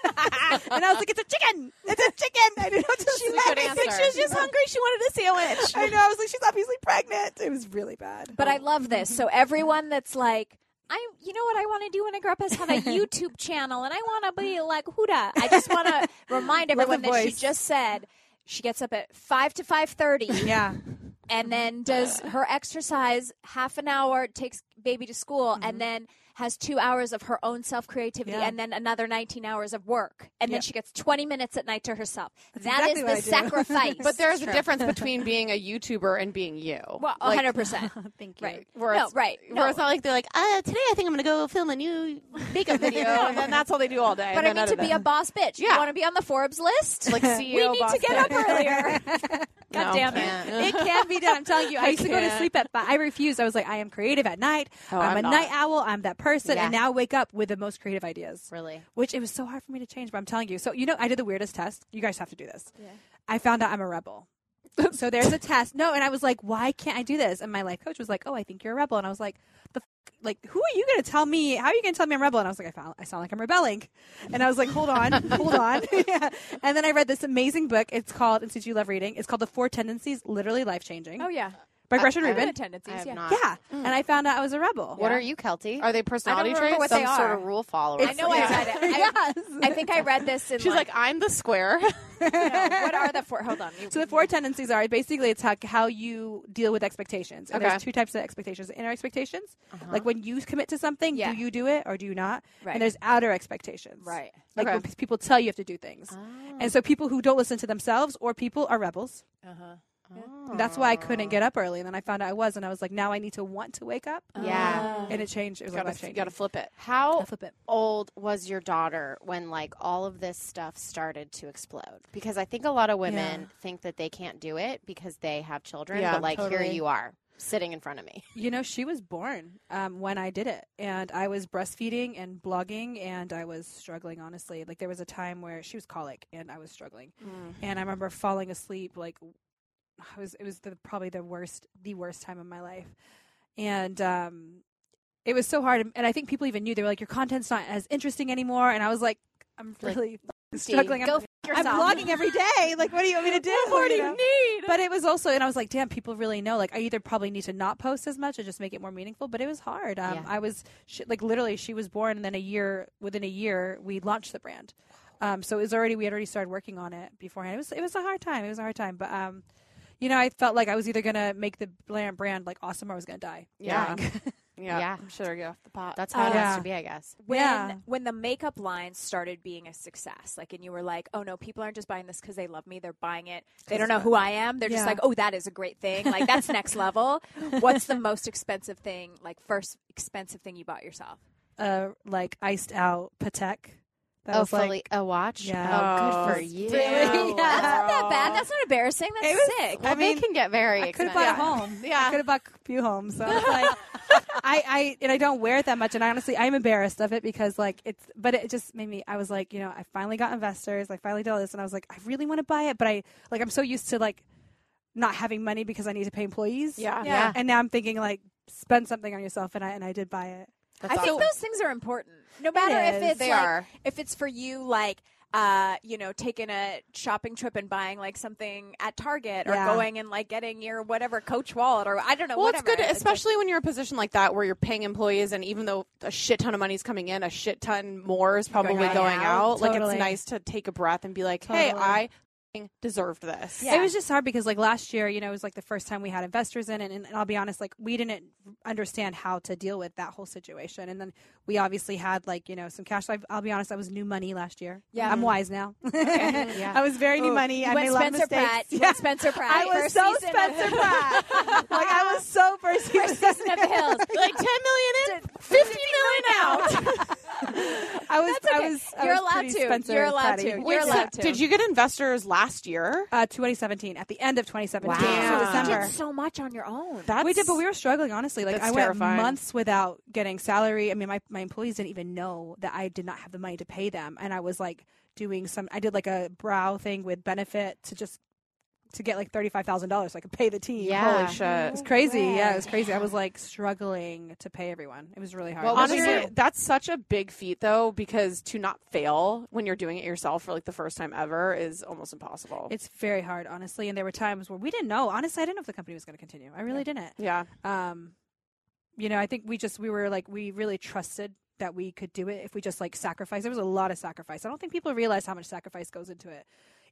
Speaker 8: and I was like, "It's a chicken! It's a chicken!" I didn't know what to
Speaker 1: She's a
Speaker 8: say.
Speaker 1: good answer.
Speaker 7: she was just hungry. She wanted a sandwich.
Speaker 8: I know. I was like, she's obviously pregnant. It was really bad.
Speaker 6: But I love this. So everyone that's like, I, you know what I want to do when I grow up is have a YouTube channel, and I want to be like Huda. I just want to remind everyone that she
Speaker 8: voice.
Speaker 6: just said she gets up at five to five thirty,
Speaker 8: yeah,
Speaker 6: and then does her exercise half an hour, takes baby to school, and then has two hours of her own self creativity,
Speaker 8: Mm-hmm. Yeah.
Speaker 6: and then another nineteen hours of work, and then she gets twenty minutes at night to herself. That's
Speaker 8: exactly
Speaker 6: the
Speaker 8: what I do.
Speaker 6: sacrifice.
Speaker 7: But there's a difference between being a YouTuber and being you.
Speaker 6: well,
Speaker 7: Like,
Speaker 6: hundred percent.
Speaker 8: thank you.
Speaker 6: Right.
Speaker 7: Where
Speaker 6: no,
Speaker 7: it's-
Speaker 6: right. No.
Speaker 7: Where it's not like they're like, uh, today I think I'm going to go film a new makeup video, and then that's all they do all day.
Speaker 6: But I mean,
Speaker 7: and then
Speaker 6: to
Speaker 7: edit
Speaker 6: be a
Speaker 7: it.
Speaker 6: boss bitch,
Speaker 7: Yeah.
Speaker 6: you want to be on the Forbes list?
Speaker 7: like CEO.
Speaker 6: we need
Speaker 7: boss
Speaker 6: to get up
Speaker 7: bitch.
Speaker 6: earlier.
Speaker 7: No,
Speaker 6: God damn it.
Speaker 1: can't.
Speaker 8: It can be done. I'm telling you. I,
Speaker 7: I
Speaker 8: used to go to
Speaker 7: can't.
Speaker 8: sleep at five. I refused. I was like, I am creative at night.
Speaker 7: Oh,
Speaker 8: I'm,
Speaker 7: I'm
Speaker 8: a
Speaker 7: not.
Speaker 8: night owl. I'm that person. And
Speaker 1: Yeah.
Speaker 8: now I wake up with the most creative ideas.
Speaker 1: Really?
Speaker 8: Which it was so hard for me to change, but I'm telling you. So, you know, I did the weirdest test. You guys have to do this. I found out I'm a rebel. so there's a test. No, and I was like, why can't I do this? And my life coach was like, oh, I think you're a rebel. And I was like, the f- like, who are you going to tell me? How are you going to tell me I'm a rebel? And I was like, I found, I sound like I'm rebelling. And I was like, hold on, hold on. Yeah. And then I read this amazing book. It's called, and since you love reading, it's called The Four Tendencies, literally life changing
Speaker 6: Oh, yeah.
Speaker 8: by Gretchen Rubin.
Speaker 1: I have
Speaker 6: tendencies, yeah.
Speaker 1: not. Hmm.
Speaker 8: Yeah. And I found out I was a rebel.
Speaker 1: What are you, Kelty?
Speaker 7: Are they personality
Speaker 6: remember
Speaker 7: traits?
Speaker 6: what
Speaker 1: Some
Speaker 6: they
Speaker 1: sort
Speaker 6: are.
Speaker 1: of rule follower.
Speaker 6: I know I read it. I, I think I read this in
Speaker 7: She's like,
Speaker 6: like,
Speaker 7: I'm the square.
Speaker 6: no, what are the four? Hold on. You,
Speaker 8: So the four tendencies are basically it's how, how you deal with expectations. And
Speaker 7: Okay.
Speaker 8: there's two types of expectations. Inner expectations, like when you commit to something,
Speaker 6: Yeah.
Speaker 8: do you do it or do you not?
Speaker 6: Right.
Speaker 8: And there's outer expectations.
Speaker 6: Right.
Speaker 8: Like
Speaker 7: Okay.
Speaker 8: when p- people tell you you have to do things. And so people who don't listen to themselves or people are rebels. That's why I couldn't get up early. And then I found out I was and I was like, now I need to want to wake up.
Speaker 1: Uh-huh. Yeah.
Speaker 8: And it changed. It was like life
Speaker 7: gotta,
Speaker 8: changing.
Speaker 7: gotta flip it.
Speaker 1: How
Speaker 8: flip it.
Speaker 1: old was your daughter when like all of this stuff started to explode? Because I think a lot of women
Speaker 8: Yeah.
Speaker 1: think that they can't do it because they have children,
Speaker 7: Yeah,
Speaker 1: but like
Speaker 7: totally.
Speaker 1: here you are sitting in front of me.
Speaker 8: You know, she was born um, when I did it, and I was breastfeeding and blogging, and I was struggling. Honestly, like there was a time where she was colic, and I was struggling,
Speaker 1: Mm.
Speaker 8: and I remember falling asleep. Like I was, it was the probably the worst, the worst time of my life, and um, it was so hard. And I think people even knew they were like, "Your content's not as interesting anymore," and I was like, "I'm
Speaker 1: Like,
Speaker 8: really struggling.
Speaker 1: Go
Speaker 8: I'm,
Speaker 1: f-
Speaker 8: I'm
Speaker 1: yourself.
Speaker 8: blogging every day. Like, what do you want me to do? What more do you
Speaker 7: need?
Speaker 8: but it was also, and I was like, damn, people really know. Like, I either probably need to not post as much or just make it more meaningful. But it was hard. Um,
Speaker 1: Yeah.
Speaker 8: I was she, like, literally, she was born, and then a year within a year, we launched the brand. Um, so it was already we had already started working on it beforehand. It was it was a hard time. It was a hard time, but um, you know, I felt like I was either gonna make the brand brand like awesome or I was gonna die.
Speaker 7: Yeah.
Speaker 8: Like,
Speaker 7: Yeah.
Speaker 1: Yeah.
Speaker 7: I'm sure I get off the pot.
Speaker 1: That's how it
Speaker 8: Yeah.
Speaker 1: has to be, I guess.
Speaker 6: when
Speaker 8: Yeah.
Speaker 6: when the makeup lines started being a success, like, and you were like, oh no, people aren't just buying this because they love me; they're buying it. They don't know who I am. They're
Speaker 8: Yeah.
Speaker 6: just like, oh, that is a great thing. Like, that's next level. What's the most expensive thing? Like, first expensive thing you bought yourself?
Speaker 8: uh, like iced out Patek. That
Speaker 1: oh,
Speaker 8: was
Speaker 1: fully
Speaker 8: like
Speaker 1: a watch.
Speaker 8: Yeah.
Speaker 1: Oh, good for
Speaker 7: Oh,
Speaker 1: you.
Speaker 8: really?
Speaker 6: That's not that
Speaker 7: Girl.
Speaker 6: bad. That's not embarrassing.
Speaker 1: Oh,
Speaker 6: That's
Speaker 8: It was-
Speaker 6: sick.
Speaker 1: Well,
Speaker 8: I mean,
Speaker 1: they can get very
Speaker 8: I could have
Speaker 1: expensive.
Speaker 8: bought a home.
Speaker 7: Yeah.
Speaker 8: I could have bought a few homes. So I was like, I, I, and I don't wear it that much. And I honestly, I'm embarrassed of it because like it's, but it just made me, I was like, you know, I finally got investors. I finally did all this. And I was like, I really want to buy it. But I, like, I'm so used to like not having money because I need to pay employees.
Speaker 7: Yeah.
Speaker 1: Yeah.
Speaker 8: And now I'm thinking like, spend something on yourself. And I, and I did buy it.
Speaker 6: I think those things are important. No matter if
Speaker 8: is.
Speaker 6: it's
Speaker 7: They
Speaker 6: like,
Speaker 7: are.
Speaker 6: if it's for you like uh, you know, taking a shopping trip and buying like something at Target or
Speaker 8: Yeah.
Speaker 6: going and like getting your whatever Coach wallet or I don't know.
Speaker 7: Well,
Speaker 6: whatever.
Speaker 7: it's good,
Speaker 6: like-
Speaker 7: especially when you're in a position like that where you're paying employees, and even though a shit ton of money is coming in, a shit ton more is probably going,
Speaker 8: Going
Speaker 7: out. Like
Speaker 8: Totally.
Speaker 7: it's nice to take a breath and be like, "Hey,
Speaker 8: Totally.
Speaker 7: I deserved this.
Speaker 6: Yeah.
Speaker 8: It was just hard because like last year, you know, it was like the first time we had investors in, and, and I'll be honest, like we didn't understand how to deal with that whole situation. And then we obviously had like you know some cash. I've, I'll be honest, I was new money last year.
Speaker 6: Yeah.
Speaker 8: I'm wise now.
Speaker 1: Yeah.
Speaker 8: I was very new money. I made
Speaker 6: When
Speaker 8: a lot of
Speaker 6: Spencer
Speaker 8: mistakes.
Speaker 6: Pratt, you
Speaker 8: Yeah.
Speaker 6: went Spencer Pratt,
Speaker 8: I was
Speaker 6: first
Speaker 8: so
Speaker 6: season uh, of-
Speaker 8: Spencer Pratt. like I was so first
Speaker 6: first season of the Hills.
Speaker 1: like 10 million in, 50 million out.
Speaker 8: I was.
Speaker 6: That's okay.
Speaker 8: I was. I
Speaker 6: You're
Speaker 8: was
Speaker 6: allowed
Speaker 8: pretty
Speaker 6: to.
Speaker 8: Spencer
Speaker 6: You're allowed
Speaker 8: Pratty.
Speaker 6: to. You're
Speaker 8: Wait, so-
Speaker 6: allowed to.
Speaker 7: Did you get investors last year?
Speaker 8: Uh, 2017, at the end of 2017,
Speaker 1: Wow.
Speaker 8: so
Speaker 7: Damn.
Speaker 8: December.
Speaker 6: did so much on your own.
Speaker 7: That's
Speaker 8: we did, but we were struggling honestly. Like
Speaker 7: That's
Speaker 8: I went
Speaker 7: terrifying.
Speaker 8: months without getting salary. I mean, my, my employees didn't even know that I did not have the money to pay them, and I was like doing some. I did like a brow thing with benefit to just to get like thirty five thousand dollars so I could pay the team.
Speaker 1: Yeah.
Speaker 7: holy shit.
Speaker 8: It's crazy. Yeah, it was crazy. I was like struggling to pay everyone. It was really hard.
Speaker 1: What was
Speaker 7: Honestly,
Speaker 1: your-
Speaker 7: that's such a big feat though, because to not fail when you're doing it yourself for like the first time ever is almost impossible.
Speaker 8: it's very hard, honestly. And there were times where we didn't know. Honestly, I didn't know if the company was going to continue. I really didn't.
Speaker 7: yeah.
Speaker 8: um you know i think we just we were like we really trusted that we could do it if we just like sacrifice there was a lot of sacrifice i don't think people realize how much sacrifice goes into it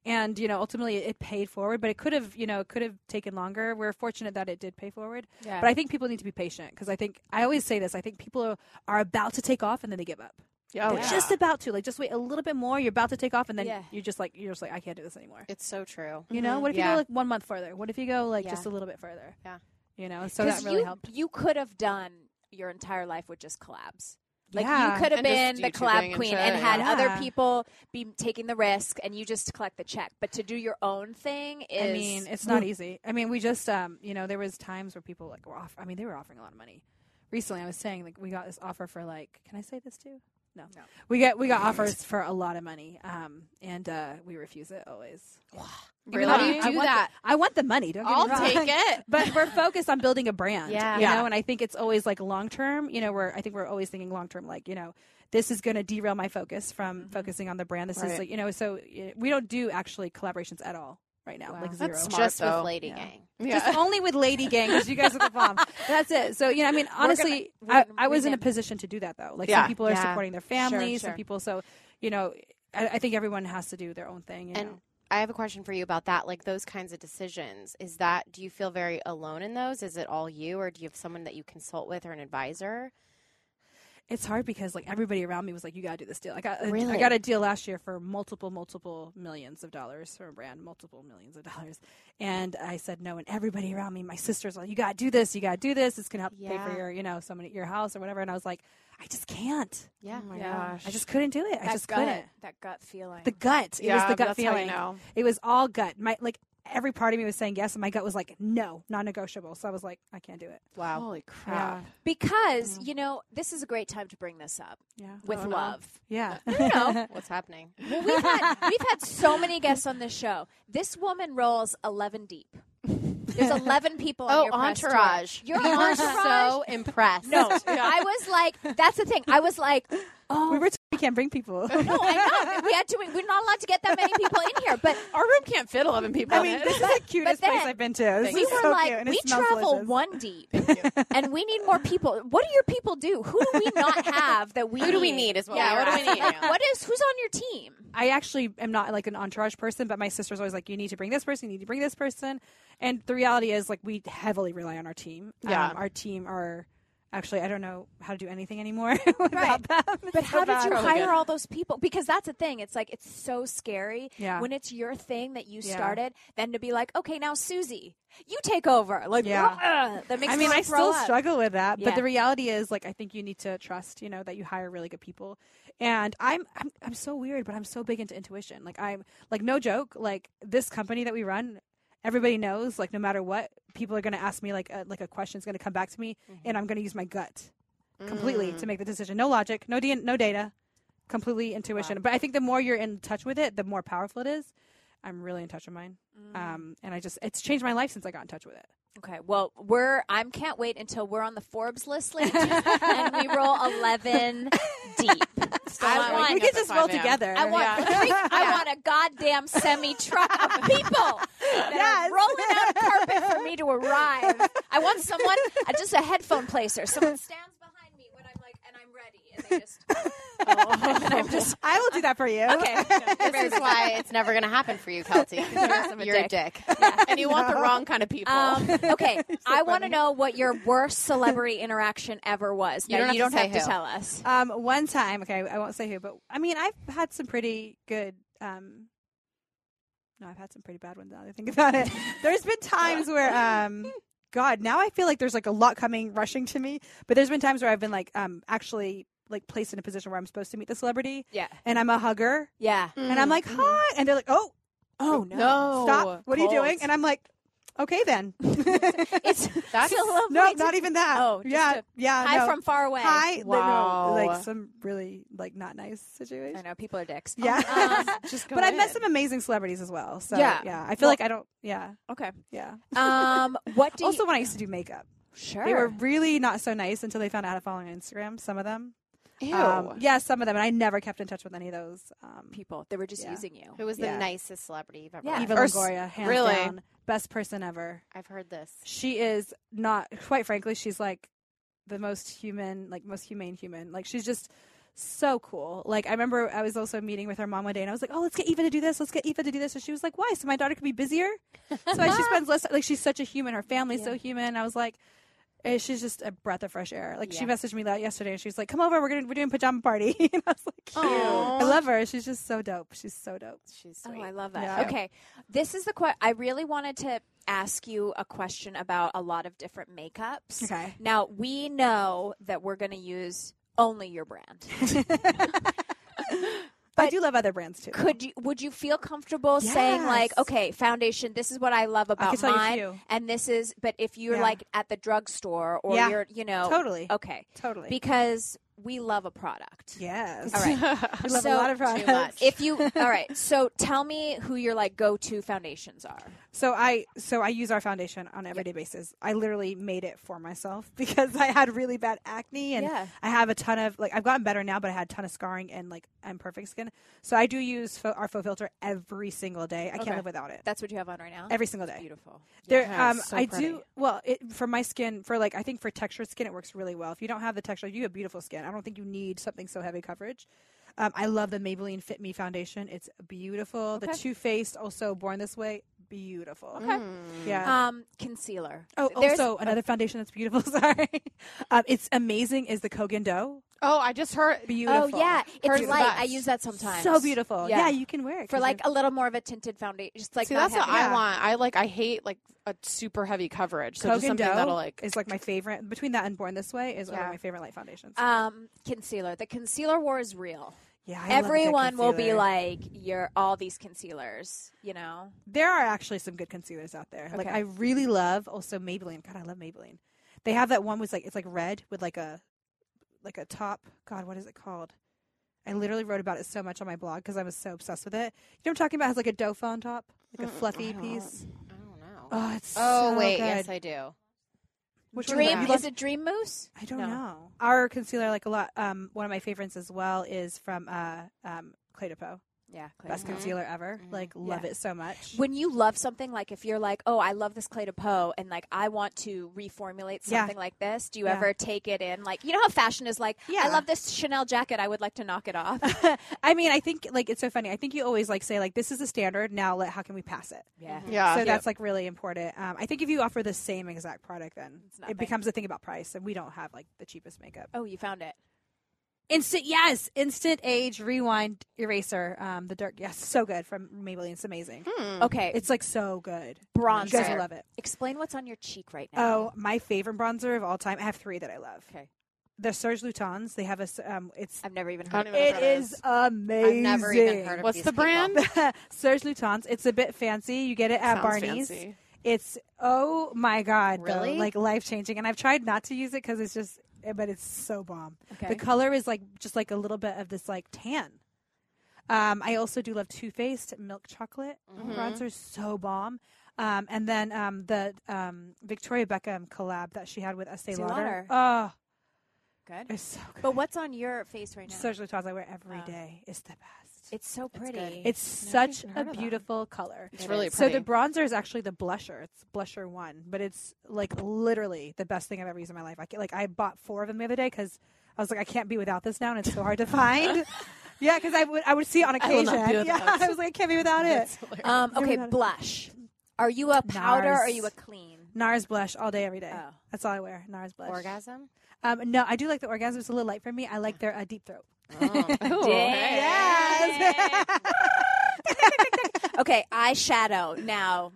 Speaker 8: and you know ultimately it paid forward but it could have you know it could have taken longer we're fortunate that it did pay forward
Speaker 6: Yeah.
Speaker 8: but i think people need to be patient because i think i always say this i think people are about to take off and then they give up
Speaker 7: Yeah.
Speaker 8: They're just about to like just wait a little bit more you're about to take off and then
Speaker 6: Yeah. Mm-hmm.
Speaker 8: you're just like you're just like i can't do this anymore
Speaker 1: It's so true.
Speaker 8: you know what if you
Speaker 1: Yeah.
Speaker 8: go like one month further what if you go like
Speaker 1: Yeah.
Speaker 8: just a little bit further
Speaker 1: Yeah.
Speaker 8: you know so that really
Speaker 6: you,
Speaker 8: helped
Speaker 6: You could have done your entire life with just collabs. Like
Speaker 8: Yeah.
Speaker 6: you could have
Speaker 7: And
Speaker 6: been
Speaker 7: just
Speaker 6: the
Speaker 7: YouTubing
Speaker 6: collab
Speaker 7: and
Speaker 6: queen
Speaker 7: shit,
Speaker 6: and had
Speaker 8: yeah.
Speaker 6: other
Speaker 8: Yeah.
Speaker 6: people be taking the risk, and you just collect the check. But to do your own thing is,
Speaker 8: I mean, it's not easy. I mean, we just, um, you know, there was times where people like were off. I mean, they were offering a lot of money. Recently, I was saying like we got this offer for like, can I say this too? No, no. We get we got offers for a lot of money, um, and uh, we refuse it always. Even
Speaker 1: How
Speaker 8: though
Speaker 1: do
Speaker 8: I-
Speaker 1: you
Speaker 8: I
Speaker 1: do
Speaker 8: want
Speaker 1: that?
Speaker 8: The, I want the money. Don't get
Speaker 1: I'll
Speaker 8: me wrong.
Speaker 1: take it.
Speaker 8: But we're focused on building a brand,
Speaker 1: Yeah.
Speaker 8: you
Speaker 7: Yeah.
Speaker 8: know. And I think it's always like long term. You know, we're I think we're always thinking long term. Like, you know, this is going to derail my focus from focusing on the brand. This
Speaker 7: Right.
Speaker 8: is like, you know, so y- we don't do actually collaborations at all right now. Like zero.
Speaker 7: That's
Speaker 1: Just
Speaker 7: Smart, though.
Speaker 1: with Lady Gang.
Speaker 7: Yeah.
Speaker 8: Just only with Lady Gang because you guys are the bomb. That's it. So you know, I mean, honestly,
Speaker 6: gonna- we're gonna
Speaker 8: I, I was in a
Speaker 6: rename.
Speaker 8: position to do that though. Like
Speaker 7: Yeah.
Speaker 8: some people are
Speaker 1: Yeah.
Speaker 8: supporting their families,
Speaker 6: sure.
Speaker 8: some people. So you know, I, I think everyone has to do their own thing. You
Speaker 1: And
Speaker 8: know?
Speaker 1: I have a question for you about that. Like those kinds of decisions, is that do you feel very alone in those? Is it all you, or do you have someone that you consult with or an advisor?
Speaker 8: it's hard because like everybody around me was like, "You gotta do this deal." I got
Speaker 1: Really?
Speaker 8: I got a deal last year for multiple, multiple millions of dollars for a brand, multiple millions of dollars, and I said no. And everybody around me, my sisters, like, "You gotta do this. You gotta do this. It's gonna help pay
Speaker 1: Yeah.
Speaker 8: for your, you know, so many your house or whatever." And I was like, "I just can't.
Speaker 1: Yeah.
Speaker 7: Oh my gosh.
Speaker 8: I just couldn't do it. I
Speaker 6: that
Speaker 8: just
Speaker 6: gut,
Speaker 8: couldn't."
Speaker 6: That gut feeling.
Speaker 8: The gut. It
Speaker 7: Yeah,
Speaker 8: was the
Speaker 7: but
Speaker 8: gut
Speaker 7: that's how you
Speaker 8: feeling.
Speaker 7: know.
Speaker 8: It was all gut. My like every part of me was saying yes, and my gut was like no, non-negotiable. So I was like, I can't do it.
Speaker 1: Wow.
Speaker 7: Holy crap.
Speaker 6: because you know this is a great time to bring this up
Speaker 8: Yeah.
Speaker 6: with
Speaker 8: Oh, no.
Speaker 6: love.
Speaker 8: Yeah.
Speaker 6: No,
Speaker 1: What's happening?
Speaker 6: well, we've had we've had so many guests on this show. This woman rolls eleven deep. There's eleven people. on
Speaker 1: Oh,
Speaker 6: your press tour.
Speaker 1: entourage.
Speaker 6: Your
Speaker 1: You were
Speaker 6: entourage.
Speaker 1: so impressed.
Speaker 6: No, I was like, that's the thing. I was like,
Speaker 8: we were. T- we can't bring people.
Speaker 6: no, I know. We had to. We're not allowed to get that many people in here, but
Speaker 7: Our room can't fit 11 people.
Speaker 8: I
Speaker 7: in
Speaker 8: mean,
Speaker 7: it.
Speaker 8: this is the cutest
Speaker 6: then
Speaker 8: place I've been to. This
Speaker 6: we
Speaker 8: is
Speaker 6: were
Speaker 8: so
Speaker 6: like,
Speaker 8: cute, and it
Speaker 6: we
Speaker 8: smells
Speaker 6: travel
Speaker 8: delicious.
Speaker 6: one deep, and we need more people. What do your people do? Who do we not have that we?
Speaker 1: Who do we need is what
Speaker 6: Yeah,
Speaker 1: we
Speaker 6: what
Speaker 1: are
Speaker 6: do we need?
Speaker 1: asking.
Speaker 6: Like, what is who's on your team?
Speaker 8: I actually am not like an entourage person, but my sister's always like, you need to bring this person, you need to bring this person. And the reality is, like, we heavily rely on our team.
Speaker 7: Yeah.
Speaker 8: Um, our team are actually, I don't know how to do anything anymore without them.
Speaker 6: But how did you
Speaker 7: bad.
Speaker 6: hire all those people? Because that's the thing. It's like it's so scary
Speaker 8: Yeah.
Speaker 6: when it's your thing that you
Speaker 8: Yeah.
Speaker 6: started. Then to be like, okay, now Susie, you take over. Like,
Speaker 8: Yeah.
Speaker 6: ugh, that makes
Speaker 8: I mean,
Speaker 6: me
Speaker 8: I
Speaker 6: throw
Speaker 8: still
Speaker 6: up.
Speaker 8: struggle with that,
Speaker 6: Yeah.
Speaker 8: but the reality is, like, I think you need to trust, you know, that you hire really good people. And I'm, I'm, I'm so weird, but I'm so big into intuition. Like, I'm, like, no joke. Like, this company that we run, everybody knows. Like, no matter what, people are going to ask me like, a, like a question's going to come back to me,
Speaker 6: Mm-hmm.
Speaker 8: and I'm going to use my gut completely
Speaker 6: Mm.
Speaker 8: to make the decision. No logic, no, d- no data, completely intuition. But I think the more you're in touch with it, the more powerful it is. I'm really in touch with mine,
Speaker 6: Mm.
Speaker 8: um, and I just, it's changed my life since I got in touch with it.
Speaker 6: Okay, well, we're I'm can't wait until we're on the Forbes list, ladies, and we roll eleven deep. I
Speaker 7: not
Speaker 6: want,
Speaker 8: we
Speaker 7: waking
Speaker 8: could
Speaker 7: up at
Speaker 8: just roll
Speaker 7: 5 a.m.
Speaker 8: together.
Speaker 6: I want, three- I want a goddamn semi truck of people that are rolling out carpet for me to arrive. I want someone, uh, just a headphone placer. Someone stands behind me when I'm like, and I'm ready, and they just. and I'm just
Speaker 8: I will do that for you.
Speaker 6: okay.
Speaker 1: This is why it's never going to happen for you, Kelty. 'cause You're,
Speaker 6: a
Speaker 1: you're a dick.
Speaker 7: and you want the wrong kind of people.
Speaker 6: Um, okay, I want to know what your worst celebrity interaction ever was.
Speaker 1: You
Speaker 6: Now,
Speaker 1: don't have
Speaker 6: you
Speaker 1: to
Speaker 6: don't
Speaker 1: say
Speaker 6: have to
Speaker 1: who.
Speaker 6: tell us.
Speaker 8: Um, one time, okay, I won't say who, but I mean, I've had some pretty good. Um, no, I've had some pretty bad ones. Now that I think about it, there's been times where, um, God, now I feel like there's like a lot coming rushing to me. But there's been times where I've been like, um, actually like placed in a position where I'm supposed to meet the celebrity,
Speaker 6: Yeah.
Speaker 8: and I'm a hugger,
Speaker 6: Yeah.
Speaker 8: and I'm like, hi, and they're like, oh,
Speaker 6: Oh no.
Speaker 7: no.
Speaker 8: stop, what are you
Speaker 7: Cold.
Speaker 8: doing? And I'm like, okay then,
Speaker 6: It's that's a lovely
Speaker 8: no,
Speaker 6: to-
Speaker 8: not even that.
Speaker 6: Oh, just
Speaker 8: yeah,
Speaker 6: a
Speaker 8: yeah,
Speaker 6: hi
Speaker 8: no.
Speaker 6: from far away.
Speaker 8: Hi, like, no,
Speaker 7: Wow.
Speaker 8: like some really like not nice situation.
Speaker 6: I know people are dicks.
Speaker 8: Yeah.
Speaker 6: Um,
Speaker 7: Just go
Speaker 8: but I've met
Speaker 7: in.
Speaker 8: some amazing celebrities as well. So yeah,
Speaker 6: Yeah.
Speaker 8: I feel like I don't. Yeah,
Speaker 6: okay.
Speaker 8: yeah.
Speaker 6: Um, what do
Speaker 8: also,
Speaker 6: you,
Speaker 8: when I used to do makeup,
Speaker 6: sure?
Speaker 8: they were really not so nice until they found out how to follow me on Instagram. Some of them.
Speaker 7: Ew.
Speaker 6: Oh.
Speaker 8: Um, yeah, some of them, and I never kept in touch with any of those um,
Speaker 6: people. They were just
Speaker 8: Yeah.
Speaker 6: using you.
Speaker 1: Who was the
Speaker 8: Yeah.
Speaker 1: nicest celebrity you've ever
Speaker 6: Yeah.
Speaker 1: met?
Speaker 8: Eva
Speaker 7: Or s-
Speaker 8: Longoria, hands
Speaker 7: really?
Speaker 8: down, best person ever.
Speaker 1: I've heard this.
Speaker 8: She is not. Quite frankly, she's like the most human, like most humane human. Like she's just so cool. Like I remember I was also meeting with her mom one day and I was like, "Oh, let's get Eva to do this. Let's get Eva to do this." And she was like, "Why? So my daughter could be busier." So she spends less like she's such a human. Her family's so human. I was like, eh, she's just a breath of fresh air. Like she messaged me that yesterday and she was like, "Come over. We're going to we're doing pajama party." and I was like, "Cute." I love her. She's just so dope. She's so dope.
Speaker 1: She's
Speaker 6: Oh,
Speaker 1: sweet.
Speaker 6: I love that.
Speaker 8: Yeah.
Speaker 6: Okay. This is the question. I really wanted to ask you a question about a lot of different makeups.
Speaker 8: Okay.
Speaker 6: Now, we know that we're going to use only your brand.
Speaker 8: I do love other brands too.
Speaker 6: Could you would you feel comfortable saying like,
Speaker 8: Yes.
Speaker 6: okay, foundation, this is what I love about
Speaker 8: could tell you a
Speaker 6: mine
Speaker 8: few.
Speaker 6: and this is but if you're
Speaker 8: Yeah.
Speaker 6: like at the drugstore or
Speaker 8: Yeah.
Speaker 6: you're, you know,
Speaker 8: Totally.
Speaker 6: Okay.
Speaker 8: Totally.
Speaker 6: Because we love a product.
Speaker 8: yes.
Speaker 6: All right.
Speaker 8: We love
Speaker 6: So,
Speaker 8: a lot of products.
Speaker 1: much.
Speaker 6: if you All right. So tell me who your like go-to foundations are.
Speaker 8: So I so I use our foundation on an everyday basis. I literally made it for myself because I had really bad acne and
Speaker 6: Yeah.
Speaker 8: I have a ton of like I've gotten better now, but I had a ton of scarring and like I'm perfect skin. So I do use fo- our faux filter every single day. I
Speaker 6: Okay.
Speaker 8: can't live without it.
Speaker 6: That's what you have on right now.
Speaker 8: every single day.
Speaker 6: Beautiful.
Speaker 8: There,
Speaker 7: Yeah,
Speaker 8: um,
Speaker 7: it's so
Speaker 8: I
Speaker 7: pretty.
Speaker 8: do well it, for my skin. For like, I think for textured skin, it works really well. If you don't have the texture, you have beautiful skin. I don't think you need something so heavy coverage. Um, I love the Maybelline Fit Me foundation. It's beautiful. The Too Faced, also Born This Way, beautiful. Okay. Yeah.
Speaker 6: Um, concealer.
Speaker 8: oh,
Speaker 6: there's-
Speaker 8: also another foundation that's beautiful. Sorry, um, it's amazing. Is the Kogan Doe
Speaker 7: oh, I just heard.
Speaker 6: Oh
Speaker 8: beautiful?
Speaker 6: yeah,
Speaker 7: Hers
Speaker 6: it's
Speaker 7: is
Speaker 6: light.
Speaker 7: best.
Speaker 6: I use that sometimes.
Speaker 8: so beautiful.
Speaker 6: Yeah.
Speaker 8: Yeah, you can wear it
Speaker 6: for
Speaker 8: 'cause
Speaker 6: like
Speaker 8: it-
Speaker 6: a little more of a tinted foundation. Just like
Speaker 7: See,
Speaker 6: not
Speaker 7: that's what
Speaker 6: heavy.
Speaker 7: I want. I like. I hate like a super heavy coverage. So just
Speaker 8: Kogan
Speaker 7: something
Speaker 8: Doe
Speaker 7: that'll like.
Speaker 8: is like my favorite. Between that and Born This Way is one of my favorite light foundations.
Speaker 6: Um, concealer. The concealer war is real.
Speaker 8: yeah, I love a good
Speaker 6: Everyone will be
Speaker 8: concealer.
Speaker 6: like, "You're all these concealers," you know.
Speaker 8: there are actually some good concealers out there. Like
Speaker 6: Okay.
Speaker 8: I really love also Maybelline. God, I love Maybelline. They have that one was like it's like red with like a like a top. God, what is it called? I literally wrote about it so much on my blog because I was so obsessed with it. You know what I'm talking about? It has like a doe on top, like a fluffy piece.
Speaker 1: I don't know.
Speaker 8: Oh, it's
Speaker 1: oh
Speaker 8: so
Speaker 1: wait,
Speaker 8: good.
Speaker 1: yes, I do.
Speaker 8: Which one is
Speaker 6: Dream
Speaker 8: it? You
Speaker 6: is
Speaker 8: love-
Speaker 6: it Dream Moose?
Speaker 8: I don't
Speaker 6: No.
Speaker 8: know. Our concealer, I like a lot. Um, one of my favorites as well is from uh um Clé Depot.
Speaker 6: Yeah. Clay
Speaker 8: Best
Speaker 6: Depot.
Speaker 8: concealer ever. Like love it so much.
Speaker 6: When you love something, like if you're like, "Oh, I love this Clay de Poe," and like I want to reformulate
Speaker 8: Yeah.
Speaker 6: something like this, do you
Speaker 8: Yeah.
Speaker 6: ever take it in? Like, you know how fashion is like,
Speaker 8: Yeah.
Speaker 6: "I love this Chanel jacket. I would like to knock it off."
Speaker 8: I mean, I think like it's so funny. I think you always like say like this is the standard. Now, like, how can we pass it?
Speaker 6: yeah.
Speaker 7: yeah.
Speaker 8: so that's like really important. Um, I think if you offer the same exact product, then
Speaker 6: nothing.
Speaker 8: it becomes a thing about price, and we don't have like the cheapest makeup.
Speaker 6: Oh, you found it.
Speaker 8: Instant, yes, instant age rewind eraser. Um, the dark, yes, so good from Maybelline. It's amazing.
Speaker 6: Okay, it's
Speaker 8: It's like so good.
Speaker 6: bronzer.
Speaker 8: You guys will love it.
Speaker 6: Explain what's on your cheek right now.
Speaker 8: Oh, my favorite bronzer of all time. I have three that I love.
Speaker 6: Okay.
Speaker 8: the Serge Lutons. They have a. s- Um, it's
Speaker 6: I've never even
Speaker 7: I
Speaker 6: heard.
Speaker 7: don't
Speaker 6: of
Speaker 7: even know
Speaker 8: it
Speaker 7: what that
Speaker 8: is amazing.
Speaker 1: I've never even heard of
Speaker 7: What's
Speaker 1: these
Speaker 7: the
Speaker 1: people.
Speaker 7: brand?
Speaker 8: Serge Lutens. It's a bit fancy. You get it
Speaker 7: Sounds
Speaker 8: at Barney's.
Speaker 7: fancy.
Speaker 8: It's oh my god, though,
Speaker 1: Really?
Speaker 8: like life changing. And I've tried not to use it because it's just, eh, but it's so bomb.
Speaker 6: Okay.
Speaker 8: The color is like just like a little bit of this like tan. Um, I also do love Too Faced milk chocolate
Speaker 6: Mm-hmm.
Speaker 8: bronzer, so bomb. Um, and then um, the um, Victoria Beckham collab that she had with Estee
Speaker 6: Estee
Speaker 8: Lauder.
Speaker 6: Lauder.
Speaker 8: Oh,
Speaker 6: Good.
Speaker 8: it's so good.
Speaker 6: But Oh. what's on your face right now?
Speaker 8: Serge Lutens I wear every day.
Speaker 6: Wow.
Speaker 8: It's the best.
Speaker 6: it's so pretty.
Speaker 8: It's such a beautiful color.
Speaker 1: It's really
Speaker 8: So
Speaker 1: pretty.
Speaker 8: the bronzer is actually the blusher. It's blusher one, but it's like literally the best thing I've ever used in my life. I ca- like I bought four of them the other day because I was like I can't be without this now, and it's so hard to find. Yeah, because I would I would see it on
Speaker 7: I will
Speaker 8: occasion.
Speaker 7: not do it
Speaker 8: yeah,
Speaker 7: without-
Speaker 8: I was like, I can't be without it.
Speaker 6: Um, okay, blush. Are you a powder or are you a clean?
Speaker 8: NARS blush all day, every day.
Speaker 6: Oh.
Speaker 8: That's all I wear. NARS blush.
Speaker 1: Orgasm?
Speaker 8: Um, no, I do like the orgasm. It's a little light for me. I like their uh, deep throat.
Speaker 6: okay, eyeshadow. Now,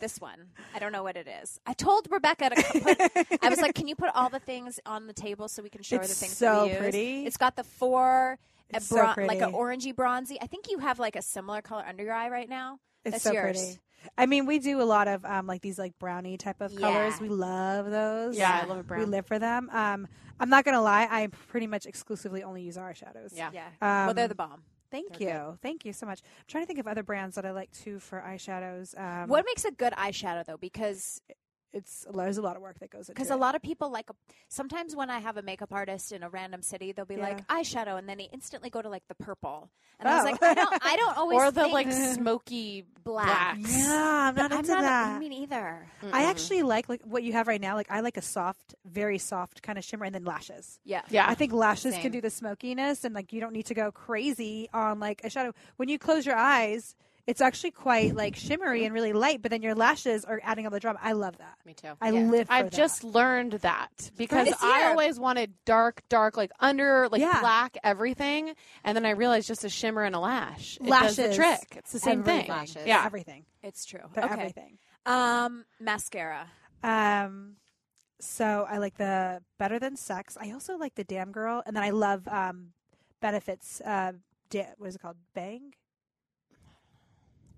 Speaker 6: this one. I don't know what it is. I told Rebecca to c- put, I was like, can you put all the things on the table so we can show her the
Speaker 8: It's
Speaker 6: things that
Speaker 8: so
Speaker 6: we use?
Speaker 8: pretty.
Speaker 6: It's got the four, a
Speaker 8: It's so
Speaker 6: bron- like an
Speaker 8: pretty.
Speaker 6: orangey bronzy. I think you have like a similar color under your eye right now.
Speaker 8: It's
Speaker 6: That's
Speaker 8: so
Speaker 6: yours.
Speaker 8: pretty. I mean, we do a lot of um, like these like brownie type of colors.
Speaker 6: Yeah.
Speaker 8: We love those.
Speaker 7: Yeah, I love a brown.
Speaker 8: We live for them. Um, I'm not gonna lie. I pretty much exclusively only use our shadows.
Speaker 7: Yeah.
Speaker 6: Yeah. well, they're
Speaker 8: Um,
Speaker 6: the bomb.
Speaker 8: Thank you. Thank you so much. I'm trying to think of other brands that I like too for eyeshadows. Um,
Speaker 6: What makes a good eyeshadow though? Because
Speaker 8: It's there's a lot of work that goes into.
Speaker 6: Because
Speaker 8: it.
Speaker 6: a lot of people like sometimes when I have a makeup artist in a random city, they'll be like eyeshadow, and then they instantly go to like the purple, and I was
Speaker 8: Oh.
Speaker 6: like, I don't, I don't always
Speaker 7: or the
Speaker 6: think
Speaker 7: like smoky
Speaker 6: black.
Speaker 7: blacks.
Speaker 8: Yeah, I'm not
Speaker 6: I'm
Speaker 8: into
Speaker 6: not
Speaker 8: that.
Speaker 6: I mean either.
Speaker 8: I actually like like what you have right now. Like I like a soft, very soft kind of shimmer, and then lashes.
Speaker 6: Yeah,
Speaker 7: Yeah.
Speaker 8: I think lashes
Speaker 1: Same.
Speaker 8: can do the smokiness, and like you don't need to go crazy on like a shadow. When you close your eyes, it's actually quite like shimmery and really light, but then your lashes are adding all the drama. I love that.
Speaker 1: Me too.
Speaker 8: I live. For
Speaker 7: I've
Speaker 8: that.
Speaker 7: just learned that because
Speaker 6: This
Speaker 7: I
Speaker 6: year.
Speaker 7: always wanted dark, dark, like under, like
Speaker 8: Yeah.
Speaker 7: black everything, and then I realized just a shimmer and a lash it does the
Speaker 8: Lashes.
Speaker 7: trick. It's the same
Speaker 8: Everything.
Speaker 7: thing.
Speaker 1: Lashes.
Speaker 7: Yeah,
Speaker 8: everything.
Speaker 6: it's true.
Speaker 8: They're
Speaker 6: okay.
Speaker 8: everything.
Speaker 6: Um, mascara.
Speaker 8: Um, so I like the Better Than Sex. I also like the Damn Girl, and then I love um, Benefits. Uh, da- what is it called? Bang.
Speaker 6: I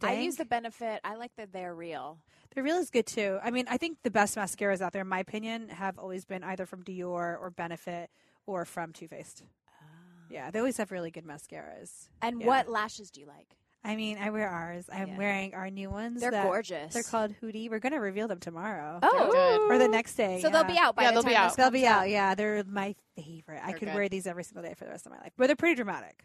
Speaker 8: Dang?
Speaker 6: use the benefit. I like that they're real.
Speaker 8: The real is good too. I mean, I think the best mascaras out there, in my opinion, have always been either from Dior or Benefit or from Too Faced.
Speaker 6: Ah.
Speaker 8: Yeah, they always have really good mascaras.
Speaker 6: And
Speaker 8: Yeah.
Speaker 6: what lashes do you like?
Speaker 8: I mean, I wear ours. I'm
Speaker 6: Yeah.
Speaker 8: wearing our new ones.
Speaker 6: They're
Speaker 8: that-
Speaker 6: gorgeous.
Speaker 8: They're called Hootie. We're going to reveal them tomorrow.
Speaker 6: Oh,
Speaker 7: Good.
Speaker 8: Or the next day.
Speaker 6: so they'll be
Speaker 8: yeah.
Speaker 6: out by
Speaker 7: Yeah,
Speaker 6: the
Speaker 7: they'll
Speaker 6: time.
Speaker 7: be
Speaker 6: this
Speaker 7: out.
Speaker 8: They'll
Speaker 6: comes
Speaker 8: be out. Yeah, they're my favorite. I
Speaker 1: They're
Speaker 8: could
Speaker 1: good.
Speaker 8: wear these every single day for the rest of my life. But they're pretty dramatic.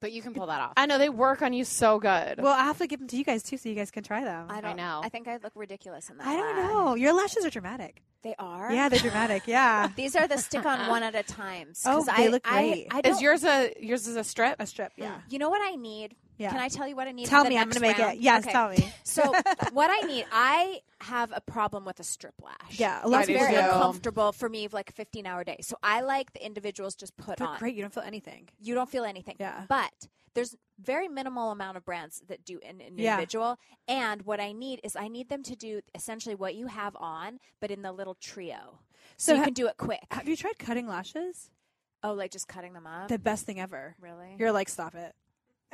Speaker 1: But you can pull that off.
Speaker 7: I know they work on you so good.
Speaker 8: Well, I have to give them to you guys too, so you guys can try them.
Speaker 6: I don't
Speaker 1: know.
Speaker 6: I think I look ridiculous in that.
Speaker 8: I don't
Speaker 6: lash.
Speaker 8: know. Your lashes are dramatic.
Speaker 6: They are.
Speaker 8: Yeah, they're dramatic. Yeah,
Speaker 6: These are the stick on one at a time.
Speaker 8: Oh,
Speaker 6: 'Cause
Speaker 8: they
Speaker 6: I,
Speaker 8: look
Speaker 6: I-
Speaker 8: great.
Speaker 6: I,
Speaker 7: is
Speaker 6: don't-
Speaker 7: yours a yours is a strip?
Speaker 8: a strip. Yeah.
Speaker 6: You know what I need?
Speaker 8: Yeah.
Speaker 6: Can I tell you what I need?
Speaker 8: Tell
Speaker 6: for the
Speaker 8: me, I'm
Speaker 6: next
Speaker 8: gonna make
Speaker 6: round?
Speaker 8: it. Yes,
Speaker 6: Okay.
Speaker 8: tell me.
Speaker 6: So what I need? I have a problem with a strip lash.
Speaker 8: Yeah, a lot
Speaker 7: I
Speaker 8: of
Speaker 7: do
Speaker 6: It's
Speaker 8: people
Speaker 6: very
Speaker 7: too.
Speaker 8: do.
Speaker 6: uncomfortable for me, like a 15 hour day. So I like the individuals just put
Speaker 8: They're
Speaker 6: on.
Speaker 8: great. You don't feel anything.
Speaker 6: You don't feel anything.
Speaker 8: Yeah.
Speaker 6: But there's very minimal amount of brands that do an an
Speaker 8: Yeah.
Speaker 6: individual. And what I need is I need them to do essentially what you have on, but in the little trio. So,
Speaker 8: So
Speaker 6: you
Speaker 8: ha-
Speaker 6: can do it quick.
Speaker 8: Have you tried cutting lashes?
Speaker 6: Oh, like just cutting them up.
Speaker 8: The best thing ever.
Speaker 6: really?
Speaker 8: You're like, stop it.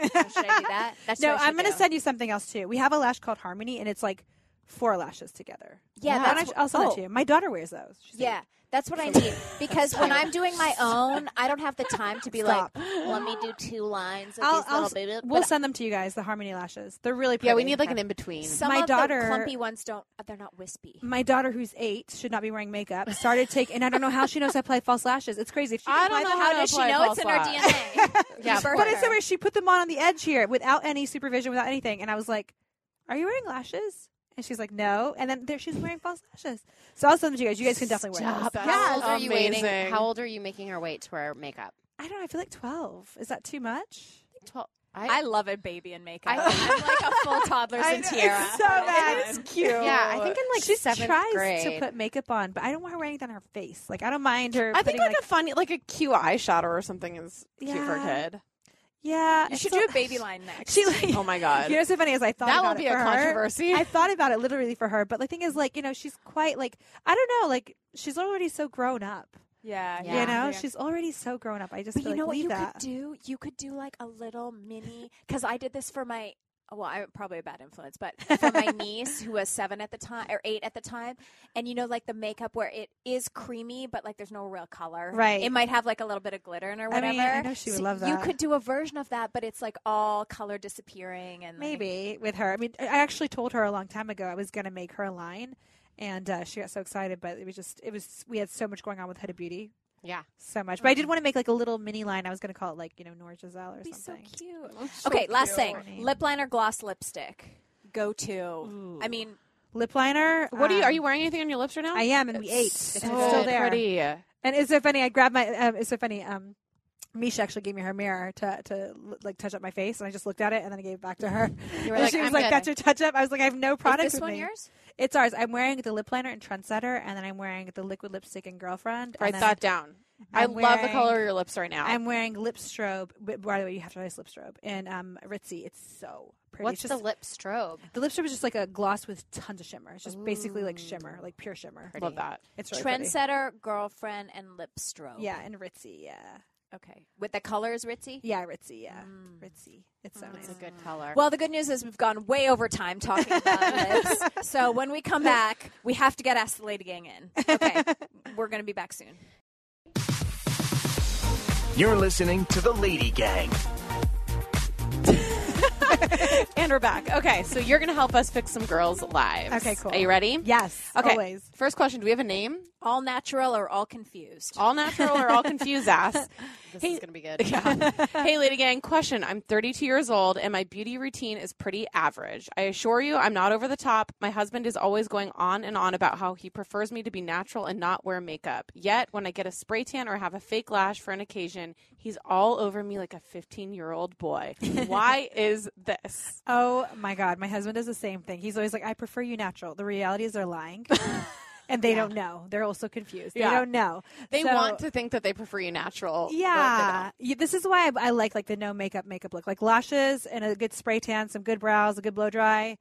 Speaker 6: should I do that? That's
Speaker 8: no,
Speaker 6: what I should
Speaker 8: I'm gonna
Speaker 6: do.
Speaker 8: send you something else too. We have a lash called Harmony, and it's like four lashes together.
Speaker 6: Yeah,
Speaker 8: And
Speaker 6: that's
Speaker 8: I-
Speaker 6: wh-
Speaker 8: I'll send
Speaker 6: oh.
Speaker 8: that to you. My daughter wears those. She's
Speaker 6: Yeah, that's what I need because when I'm doing my own, I don't have the time to be
Speaker 8: Stop.
Speaker 6: like, let me do two lines of
Speaker 8: I'll,
Speaker 6: these
Speaker 8: I'll,
Speaker 6: little baby.
Speaker 8: we'll
Speaker 6: but
Speaker 8: send them to you guys. The Harmony lashes. They're really pretty.
Speaker 1: yeah, we need like an in between.
Speaker 6: some
Speaker 8: my
Speaker 6: of
Speaker 8: daughter-
Speaker 6: the clumpy ones don't. uh, They're not wispy.
Speaker 8: my daughter, who's eight, should not be wearing makeup. Started taking, and I don't know how she knows how to apply false lashes. It's crazy. If she
Speaker 7: I
Speaker 8: can
Speaker 7: don't
Speaker 8: apply
Speaker 7: know
Speaker 8: the-
Speaker 7: how
Speaker 6: How
Speaker 7: to
Speaker 6: does she
Speaker 7: apply
Speaker 6: know it's in her
Speaker 7: false
Speaker 6: DNA?
Speaker 1: Yeah,
Speaker 6: Birth
Speaker 8: But it's so
Speaker 6: her.
Speaker 8: weird. She put them on on the edge here without any supervision, without anything. And I was like, "Are you wearing lashes?" And she's like, "No." And then there, she's wearing false lashes. So I'll send them to you guys. You guys can definitely wear those.
Speaker 7: Stop.
Speaker 1: How
Speaker 7: Yes.
Speaker 1: old are you
Speaker 7: Amazing.
Speaker 1: waiting? How old are you making her wait to wear makeup?
Speaker 8: I don't. know. I feel like twelve. Is that too much?
Speaker 1: Twelve.
Speaker 6: I love a baby in makeup.
Speaker 1: I-
Speaker 6: I'm like a full toddler's in tiara.
Speaker 8: It's so bad. It's cute.
Speaker 1: Yeah, I think in like
Speaker 8: she
Speaker 1: seventh
Speaker 8: tries
Speaker 1: grade.
Speaker 8: to put makeup on, but I don't want her wearing it on her face. Like I don't mind her.
Speaker 7: I think
Speaker 8: putting,
Speaker 7: like, a funny, like a cute eyeshadow or something is cute for a
Speaker 8: Yeah.
Speaker 7: kid.
Speaker 8: yeah.
Speaker 6: You
Speaker 8: it's
Speaker 6: should
Speaker 8: so-
Speaker 6: do a baby line next.
Speaker 8: She like.
Speaker 7: Oh my god.
Speaker 8: You know what's so funny is I thought
Speaker 7: That
Speaker 8: about
Speaker 7: will be
Speaker 8: it
Speaker 7: a
Speaker 8: for her.
Speaker 7: controversy.
Speaker 8: I thought about it literally for her, but the thing is, like you know, she's quite like I don't know, like she's already so grown up.
Speaker 6: yeah,
Speaker 1: Yeah.
Speaker 8: You know, she's already so grown up. I just
Speaker 6: But
Speaker 8: feel
Speaker 6: you
Speaker 8: like
Speaker 6: know what
Speaker 8: leave
Speaker 6: you
Speaker 8: that.
Speaker 6: could do? You could do like a little mini because I did this for my well, I'm probably a bad influence, but for my niece who was seven at the time or eight at the time, and you know, like the makeup where it is creamy, but like there's no real color.
Speaker 8: Right.
Speaker 6: It might have like a little bit of glitter in or
Speaker 8: I
Speaker 6: whatever.
Speaker 8: mean, I know she would love
Speaker 6: You
Speaker 8: that.
Speaker 6: could do a version of that, but it's like all color disappearing and like-
Speaker 8: Maybe with her. I mean, I actually told her a long time ago I was going to make her a line, and uh, she got so excited. But it was just it was we had so much going on with Huda Beauty,
Speaker 1: yeah.
Speaker 8: so much. But I did
Speaker 7: Mm-hmm.
Speaker 8: want to make like a little mini line. I was going to call it like you know Nora Giselle or
Speaker 6: That'd be so
Speaker 8: something.
Speaker 6: cute. okay, last thing: lip liner, gloss, lipstick. Go to. I mean,
Speaker 8: Lip liner.
Speaker 7: What are you?
Speaker 8: um,
Speaker 7: Are you wearing anything on your lips right now?
Speaker 8: I am, and we ate.
Speaker 7: It's
Speaker 8: It's still there.
Speaker 7: pretty.
Speaker 8: And it's so funny. I grabbed my. Um, it's so funny. Um, Misha actually gave me her mirror to, to like touch up my face, and I just looked at it and then I gave it back to her.
Speaker 1: You were
Speaker 8: And
Speaker 1: like,
Speaker 8: she was
Speaker 1: "I'm
Speaker 8: like,
Speaker 1: good."
Speaker 8: "That's your touch up." I was like, "I have no product."
Speaker 6: Is this
Speaker 8: with
Speaker 6: one
Speaker 8: me."
Speaker 6: yours?
Speaker 8: It's ours. I'm wearing the lip liner and Trendsetter, and then I'm wearing the liquid lipstick and Girlfriend.
Speaker 7: Write
Speaker 8: and then
Speaker 7: that down. i
Speaker 8: I'm
Speaker 7: love the color
Speaker 8: wearing-
Speaker 7: of your lips right now.
Speaker 8: I'm wearing lip strobe. but By the way, you have to try this lip strobe in um, Ritzy. It's so pretty.
Speaker 1: What's the
Speaker 8: It's just-
Speaker 1: lip strobe?
Speaker 8: The lip strobe is just like a gloss with tons of shimmer. It's just basically like shimmer, like pure shimmer.
Speaker 7: love that.
Speaker 8: It's really pretty.
Speaker 6: Trendsetter, girlfriend, and lip strobe.
Speaker 8: Yeah, and ritzy. Yeah,
Speaker 6: Okay. With the colors, Ritzy?
Speaker 8: yeah, ritzy. Yeah, ritzy. It's so nice.
Speaker 1: It's a good color.
Speaker 6: Well, the good news is we've gone way over time talking about lips. So when we come back, we have to get Ask the Lady Gang in. Okay. We're going to be back soon.
Speaker 3: You're listening to The Lady Gang.
Speaker 7: And we're back. Okay, so you're gonna help us fix some girls' lives.
Speaker 8: Okay, cool.
Speaker 7: Are you ready?
Speaker 8: Yes.
Speaker 7: Okay.
Speaker 8: Always.
Speaker 7: First question: Do we have a name?
Speaker 6: All natural or all confused?
Speaker 7: All natural or all confused ass?
Speaker 1: this is gonna be good.
Speaker 7: hey, Lady Gang, question. I'm 32 years old and my beauty routine is pretty average. I assure you, I'm not over the top. My husband is always going on and on about how he prefers me to be natural and not wear makeup. Yet, when I get a spray tan or have a fake lash for an occasion, he's all over me like a 15 year old boy. Why is this?
Speaker 8: Oh my god, my husband does the same thing. He's always like, "I prefer you natural." The reality is, they're lying, and they don't know. They're also confused. They
Speaker 7: Yeah.
Speaker 8: don't know.
Speaker 7: They
Speaker 8: So-
Speaker 7: want to think that they prefer you natural. but they
Speaker 8: Yeah.
Speaker 7: don't.
Speaker 8: yeah, this is why I, I like like the no makeup makeup look, like lashes and a good spray tan, some good brows, a good blow dry.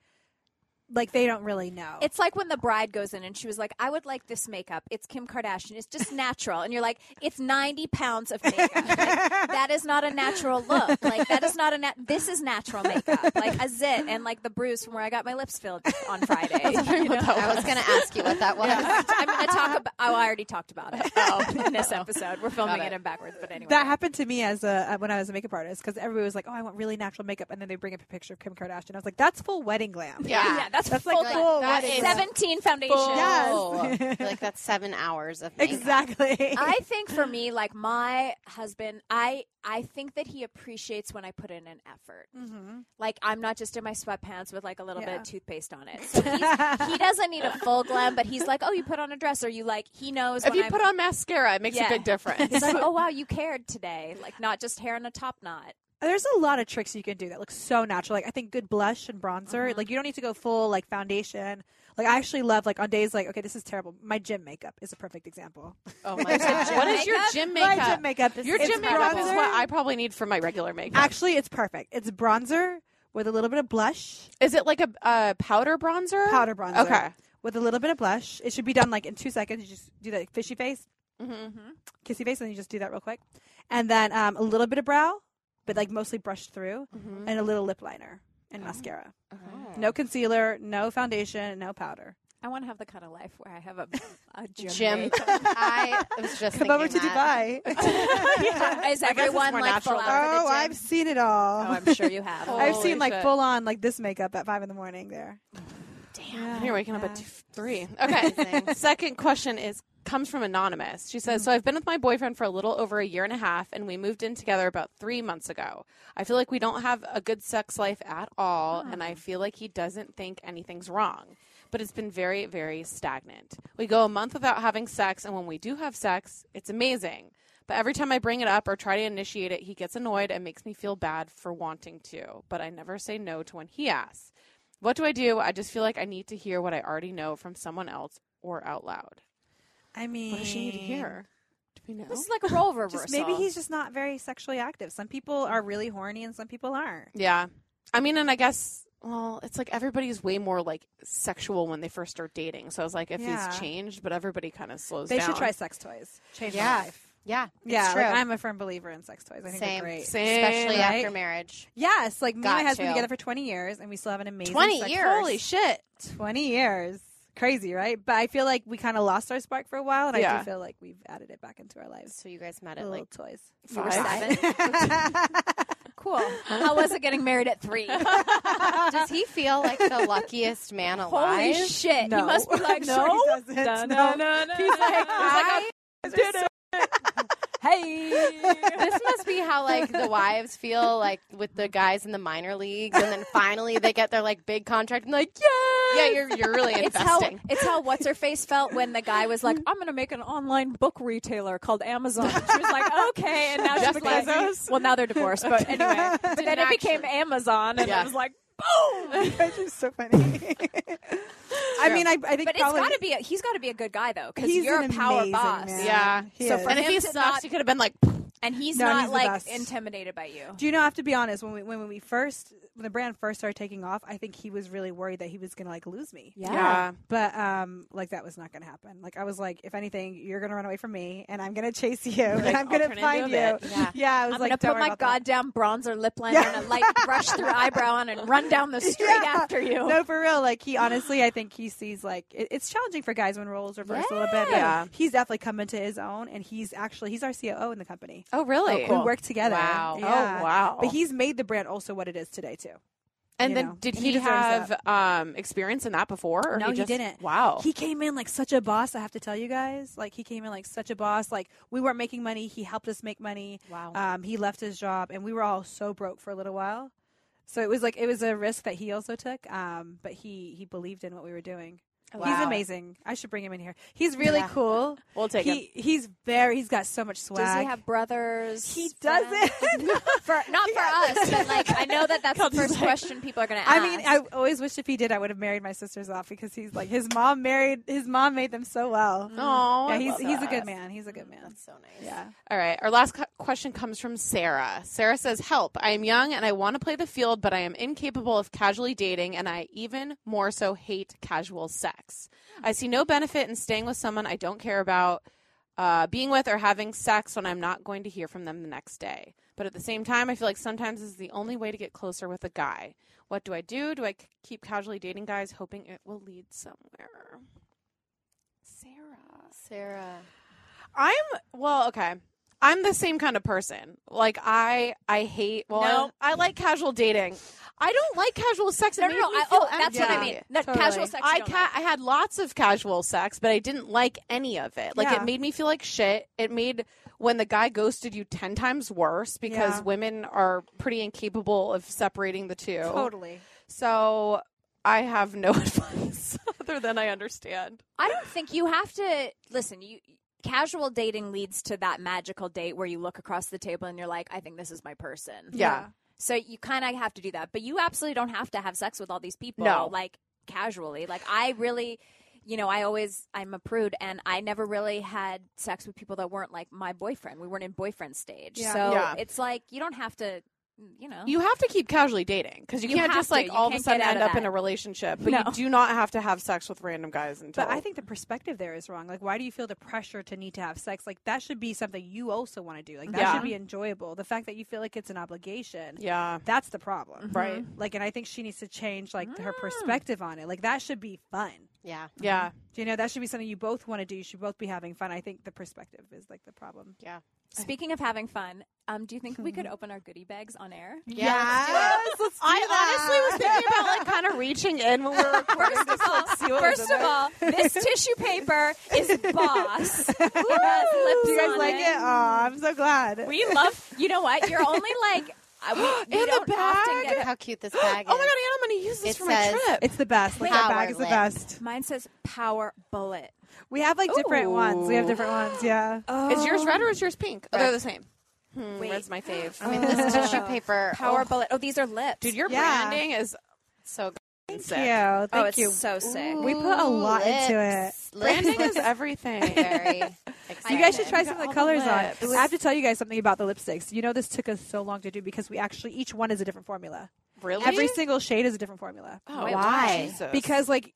Speaker 8: Like they don't really know.
Speaker 6: It's like when the bride goes in and she was like, I would like this makeup. It's Kim Kardashian. It's just natural. And you're like, it's 90 pounds of makeup. Like, that is not a natural look. Like, that is not a, nat- this is natural makeup. Like a zit and like the bruise from where I got my lips filled on Friday. You know?
Speaker 1: I was gonna ask you what that was.
Speaker 6: I'm going to talk about, oh, I already talked about it
Speaker 7: Oh,
Speaker 6: in this episode. We're filming it. in backwards, but anyway.
Speaker 8: That happened to me as a uh, when I was a makeup artist because everybody was like, "Oh, I want really natural makeup," and then they bring up a picture of Kim Kardashian. I was like, "That's full wedding glam."
Speaker 6: yeah.
Speaker 1: Yeah.
Speaker 6: that's,
Speaker 8: that's
Speaker 6: full
Speaker 8: like full
Speaker 1: that
Speaker 8: wedding.
Speaker 1: is-
Speaker 8: glam.
Speaker 6: 17 foundation.
Speaker 1: Oh, I feel like that's seven hours of makeup.
Speaker 8: Exactly.
Speaker 6: I think for me, like my husband, I I think that he appreciates when I put in an effort. Like I'm not just in my sweatpants with like a little bit
Speaker 8: Mm-hmm. Yeah.
Speaker 6: of toothpaste on it. So he's, he doesn't need a full glam, but he's like, oh, you put on a dress, or you like he knows.
Speaker 7: If
Speaker 6: when
Speaker 7: you
Speaker 6: I'm-
Speaker 7: put on mascara, it makes
Speaker 6: Yeah.
Speaker 7: a big difference.
Speaker 6: he's like, oh wow, you cared today, like not just hair and a top knot.
Speaker 8: There's a lot of tricks you can do that look so natural. Like I think good blush and bronzer. Like you don't need to go full like foundation. Like I actually love like on days like okay this is terrible. My gym makeup is a perfect example.
Speaker 7: Oh my god! What is your gym
Speaker 8: My
Speaker 7: makeup?
Speaker 8: gym makeup. is-
Speaker 7: Your
Speaker 8: it's
Speaker 7: gym makeup is
Speaker 8: bronzer.
Speaker 7: what I probably need for my regular makeup.
Speaker 8: Actually, it's perfect. It's bronzer with a little bit of blush,
Speaker 7: Is it like a, a powder bronzer?
Speaker 8: powder bronzer.
Speaker 7: Okay.
Speaker 8: With a little bit of blush, it should be done like in two seconds. You just do that fishy face,
Speaker 7: Mm-hmm.
Speaker 8: kissy face, and you just do that real quick, and then um, a little bit of brow, but like mostly brushed through,
Speaker 7: Mm-hmm.
Speaker 8: and a little lip liner and mascara. No concealer, no foundation, no powder.
Speaker 6: I want to have the kind of life where I have a, a gym.
Speaker 1: Jim,
Speaker 6: makeup.
Speaker 1: I was just
Speaker 8: Come over to
Speaker 1: thinking that.
Speaker 8: Dubai.
Speaker 6: Is everyone
Speaker 7: more
Speaker 6: like full
Speaker 7: natural.
Speaker 6: out for the gym?
Speaker 8: oh, I've seen it all.
Speaker 6: Oh, I'm sure you have.
Speaker 8: I've
Speaker 7: Holy
Speaker 8: seen like
Speaker 7: shit.
Speaker 8: full on like this makeup at five in the morning there.
Speaker 7: Damn. You're waking up at two, three. Okay. Second question is comes from anonymous. She says, "So I've been with my boyfriend for a little over a year and a half, and we moved in together about three months ago. I feel like we don't have a good sex life at all, and I feel like he doesn't think anything's wrong." But it's been very, very stagnant. We go a month without having sex, and when we do have sex, it's amazing. But every time I bring it up or try to initiate it, he gets annoyed and makes me feel bad for wanting to. But I never say no to when he asks. What do I do? I just feel like I need to hear what I already know from someone else or out loud.
Speaker 8: I mean,
Speaker 7: What does she need to hear? Do we know?
Speaker 6: This is like a role reversal.
Speaker 8: Just maybe he's just not very sexually active. Some people are really horny and some people aren't.
Speaker 7: yeah. I mean, and I guess, well, it's like everybody's way more like sexual when they first start dating. So I was like, if
Speaker 8: Yeah.
Speaker 7: he's changed, but everybody kind of slows
Speaker 8: They
Speaker 7: down.
Speaker 8: should try sex toys. Change my
Speaker 1: Yeah.
Speaker 8: life.
Speaker 1: Yeah, it's
Speaker 8: Yeah,
Speaker 1: true.
Speaker 8: like, I'm a firm believer in sex toys. I think they're
Speaker 1: same,
Speaker 8: great.
Speaker 7: Same,
Speaker 1: especially
Speaker 8: right?
Speaker 1: after marriage.
Speaker 8: Yes, like me and
Speaker 1: Got
Speaker 8: my husband
Speaker 1: to.
Speaker 8: together for 20 years, and we still have an amazing
Speaker 1: 20
Speaker 8: sex-
Speaker 1: years.
Speaker 7: Holy shit.
Speaker 8: 20 years. Crazy, right? But I feel like we kind of lost our spark for a while, and I
Speaker 7: Yeah.
Speaker 8: do feel like we've added it back into our lives.
Speaker 1: So you guys met at
Speaker 8: Little
Speaker 1: like
Speaker 8: toys.
Speaker 1: you were
Speaker 7: Five.
Speaker 1: seven.
Speaker 6: cool. How was it getting married at three?
Speaker 1: Does he feel like the luckiest man
Speaker 6: Holy
Speaker 1: alive?
Speaker 6: shit!
Speaker 8: No.
Speaker 6: He must be like,
Speaker 8: I'm sure
Speaker 6: no.
Speaker 8: he doesn't. No.
Speaker 6: He's
Speaker 8: "Oh,
Speaker 6: like, I did it. hey.
Speaker 1: this must be how like the wives feel like with the guys in the minor leagues, and then finally they get their like big contract and like, yeah.
Speaker 7: yeah, you're you're really
Speaker 6: It's how
Speaker 7: investing.
Speaker 6: it's how what's her face felt when the guy was like, "I'm going to make an online book retailer called Amazon." And she was like, "Okay," and now she's
Speaker 7: Jeff
Speaker 6: like,
Speaker 7: Bezos?
Speaker 6: "Well, now they're divorced." But anyway, but then it
Speaker 7: actually-
Speaker 6: became Amazon, and
Speaker 7: Yeah.
Speaker 6: I was like, "Boom!"
Speaker 8: That's just so funny. I mean, I, I think
Speaker 6: But it's
Speaker 8: probably
Speaker 6: got to be a, he's got to be a good guy though, because
Speaker 8: He's
Speaker 6: you're
Speaker 8: an
Speaker 6: a power
Speaker 8: amazing
Speaker 6: boss,
Speaker 8: man.
Speaker 7: yeah.
Speaker 8: He
Speaker 6: So
Speaker 8: is.
Speaker 6: for
Speaker 7: and if
Speaker 6: him
Speaker 7: he
Speaker 6: to
Speaker 7: sucks,
Speaker 6: not-
Speaker 7: you could have been like,
Speaker 6: and he's
Speaker 8: No,
Speaker 6: not
Speaker 8: he's the
Speaker 6: like
Speaker 8: best.
Speaker 6: intimidated by you.
Speaker 8: Do you know? I have to be honest. When we when we first when the brand first started taking off, I think he was really worried that he was gonna like lose me.
Speaker 6: Yeah.
Speaker 7: yeah,
Speaker 8: But um, like that was not gonna happen. Like I was like, if anything, you're gonna run away from me, and I'm gonna chase you, and I'm
Speaker 7: I'll
Speaker 8: gonna
Speaker 7: turn into
Speaker 8: find you.
Speaker 7: a
Speaker 8: Yeah.
Speaker 7: bitch.
Speaker 8: I was
Speaker 6: I'm
Speaker 8: like,
Speaker 6: gonna
Speaker 8: don't
Speaker 6: put
Speaker 8: worry
Speaker 6: my
Speaker 8: about that.
Speaker 6: goddamn bronzer lip liner
Speaker 8: Yeah.
Speaker 6: and a light brush through eyebrow on and run down the street
Speaker 8: Yeah.
Speaker 6: after you.
Speaker 8: No, for real. Like he honestly, I think he sees like it, it's challenging for guys when roles reverse a little bit. But
Speaker 7: Yeah.
Speaker 8: he's definitely come into his own, and he's actually he's our COO in the company.
Speaker 7: oh really?
Speaker 8: We work together.
Speaker 7: Wow.
Speaker 8: Yeah.
Speaker 7: Oh wow.
Speaker 8: But he's made the brand also what it is today too.
Speaker 7: and
Speaker 8: you
Speaker 7: then
Speaker 8: know,
Speaker 7: did
Speaker 8: and
Speaker 7: he,
Speaker 8: he deserves
Speaker 7: have um, experience in that before? Or
Speaker 8: No, he,
Speaker 7: just-
Speaker 8: didn't.
Speaker 7: Wow.
Speaker 8: He came in like such a boss, I have to tell you guys. Like he came in like such a boss. Like we weren't making money, he helped us make money.
Speaker 7: Wow.
Speaker 8: Um he left his job and we were all so broke for a little while. So it was like it was a risk that he also took. Um but he he believed in what we were doing.
Speaker 7: Oh, Wow.
Speaker 8: He's amazing. I should bring him in here. He's really
Speaker 7: Yeah.
Speaker 8: cool.
Speaker 7: We'll take
Speaker 8: he, He's very he's got so much swag.
Speaker 6: Does he have brothers?
Speaker 8: He
Speaker 6: friends?
Speaker 8: doesn't.
Speaker 6: For, not for us, but like I know that that's the first question people are going to ask.
Speaker 8: I mean, I always wished if he did, I would have married my sisters off because he's like his mom married his mom made them so well.
Speaker 6: Mm-hmm.
Speaker 7: Oh,
Speaker 8: yeah, he's he's a good man. He's a good man.
Speaker 1: So nice.
Speaker 8: Yeah.
Speaker 7: All right. Our last cu- question comes from Sarah. Sarah says, Help. I am young and I want to play the field, but I am incapable of casually dating, and I even more so hate casual sex. I see no benefit in staying with someone I don't care about uh, being with or having sex when I'm not going to hear from them the next day. But at the same time, I feel like sometimes this is the only way to get closer with a guy. What do I do? Do I c- keep casually dating guys, hoping it will lead somewhere? Sarah.
Speaker 1: Sarah.
Speaker 7: I'm well, okay. I'm the same kind of person. Like I, I hate. Well, I-
Speaker 6: No.
Speaker 7: I, like casual dating. I don't like casual sex. It
Speaker 6: no, no,
Speaker 7: made
Speaker 6: no.
Speaker 7: me
Speaker 6: I,
Speaker 7: feel
Speaker 6: oh, that's what I
Speaker 7: empty.
Speaker 6: mean. That
Speaker 8: Totally.
Speaker 6: casual sex. you
Speaker 7: I
Speaker 6: don't
Speaker 7: ca- I had lots of casual sex, but I didn't like any of it. Like
Speaker 8: Yeah.
Speaker 7: it made me feel like shit. It made when the guy ghosted you ten times worse because
Speaker 8: Yeah.
Speaker 7: women are pretty incapable of separating the two.
Speaker 8: Totally.
Speaker 7: So I have no advice other than I understand.
Speaker 6: I don't think you have to listen. You casual dating leads to that magical date where you look across the table and you're like, I think this is my person.
Speaker 7: Yeah.
Speaker 6: So you kind of have to do that, but you absolutely don't have to have sex with all these people.
Speaker 7: No.
Speaker 6: like casually. Like I really. You know, I always I'm a prude, and I never really had sex with people that weren't like my boyfriend. We weren't in boyfriend stage,
Speaker 8: Yeah.
Speaker 6: so
Speaker 7: Yeah.
Speaker 6: it's like you don't have to, you know.
Speaker 7: You have to keep casually dating because you,
Speaker 6: You
Speaker 7: can't
Speaker 6: have
Speaker 7: just
Speaker 6: to.
Speaker 7: like
Speaker 6: You
Speaker 7: all of a
Speaker 6: can't
Speaker 7: sudden
Speaker 6: get out
Speaker 7: end
Speaker 6: of
Speaker 7: up in
Speaker 6: that.
Speaker 7: a relationship. But
Speaker 6: No.
Speaker 7: you do not have to have sex with random guys until.
Speaker 8: But I think the perspective there is wrong. Like, why do you feel the pressure to need to have sex? Like, that should be something you also want to do. Like, that
Speaker 7: Yeah.
Speaker 8: should be enjoyable. The fact that you feel like it's an obligation,
Speaker 7: yeah,
Speaker 8: that's the problem.
Speaker 6: Mm-hmm.
Speaker 7: Right.
Speaker 8: Like, and I think she needs to change, like, her
Speaker 6: Mm.
Speaker 8: perspective on it. Like, that should be fun.
Speaker 1: Yeah.
Speaker 7: yeah.
Speaker 8: You know, that should be something you both want to do. You should both be having fun. I think the perspective is, like, the problem.
Speaker 6: Speaking of having fun, um, do you think we could open our goodie bags on air?
Speaker 8: let's do
Speaker 7: I honestly
Speaker 8: that.
Speaker 7: was thinking about like kind of reaching in when we were recording this. Like, see what was
Speaker 6: First
Speaker 7: in
Speaker 6: of
Speaker 7: there.
Speaker 6: all, this tissue paper is boss. It has lips
Speaker 8: Do you guys
Speaker 6: on
Speaker 8: like it? Aw, I'm so glad.
Speaker 6: We love. You know what? You're only like. I- We, we
Speaker 7: In the
Speaker 6: don't often
Speaker 7: bag?
Speaker 6: get-
Speaker 1: Look how cute this bag is.
Speaker 7: oh my god, Anna, I'm going to use this
Speaker 1: It
Speaker 7: for
Speaker 1: says-
Speaker 7: my trip.
Speaker 8: it's the best. Like, that bag is the
Speaker 1: Powerlip.
Speaker 8: best.
Speaker 6: Mine says power bullet.
Speaker 8: We have, like, different ones. We have different ones, yeah.
Speaker 7: Is yours red or is yours pink? Oh, they're the same. Hmm,
Speaker 6: Wait.
Speaker 7: red's my fave.
Speaker 1: I mean, this tissue paper.
Speaker 6: Power
Speaker 1: oh,
Speaker 6: bullet. Oh, these are lips.
Speaker 7: Dude, your
Speaker 8: Yeah.
Speaker 7: branding is so good.
Speaker 8: Thank you. Thank
Speaker 6: oh, it's
Speaker 8: you.
Speaker 6: so sick.
Speaker 8: We put a lot into it.
Speaker 1: lips.
Speaker 7: Branding
Speaker 1: Lips
Speaker 7: is everything.
Speaker 1: very
Speaker 8: You guys should try some of
Speaker 7: all the
Speaker 8: the colors on.
Speaker 7: lips. It
Speaker 8: I have to tell you guys something about the lipsticks. You know, this took us so long to do because we actually each one is a different formula.
Speaker 7: really?
Speaker 8: Every single shade is a different formula.
Speaker 7: oh,
Speaker 1: Wait,
Speaker 7: wow,
Speaker 1: why?
Speaker 7: Jesus.
Speaker 8: Because like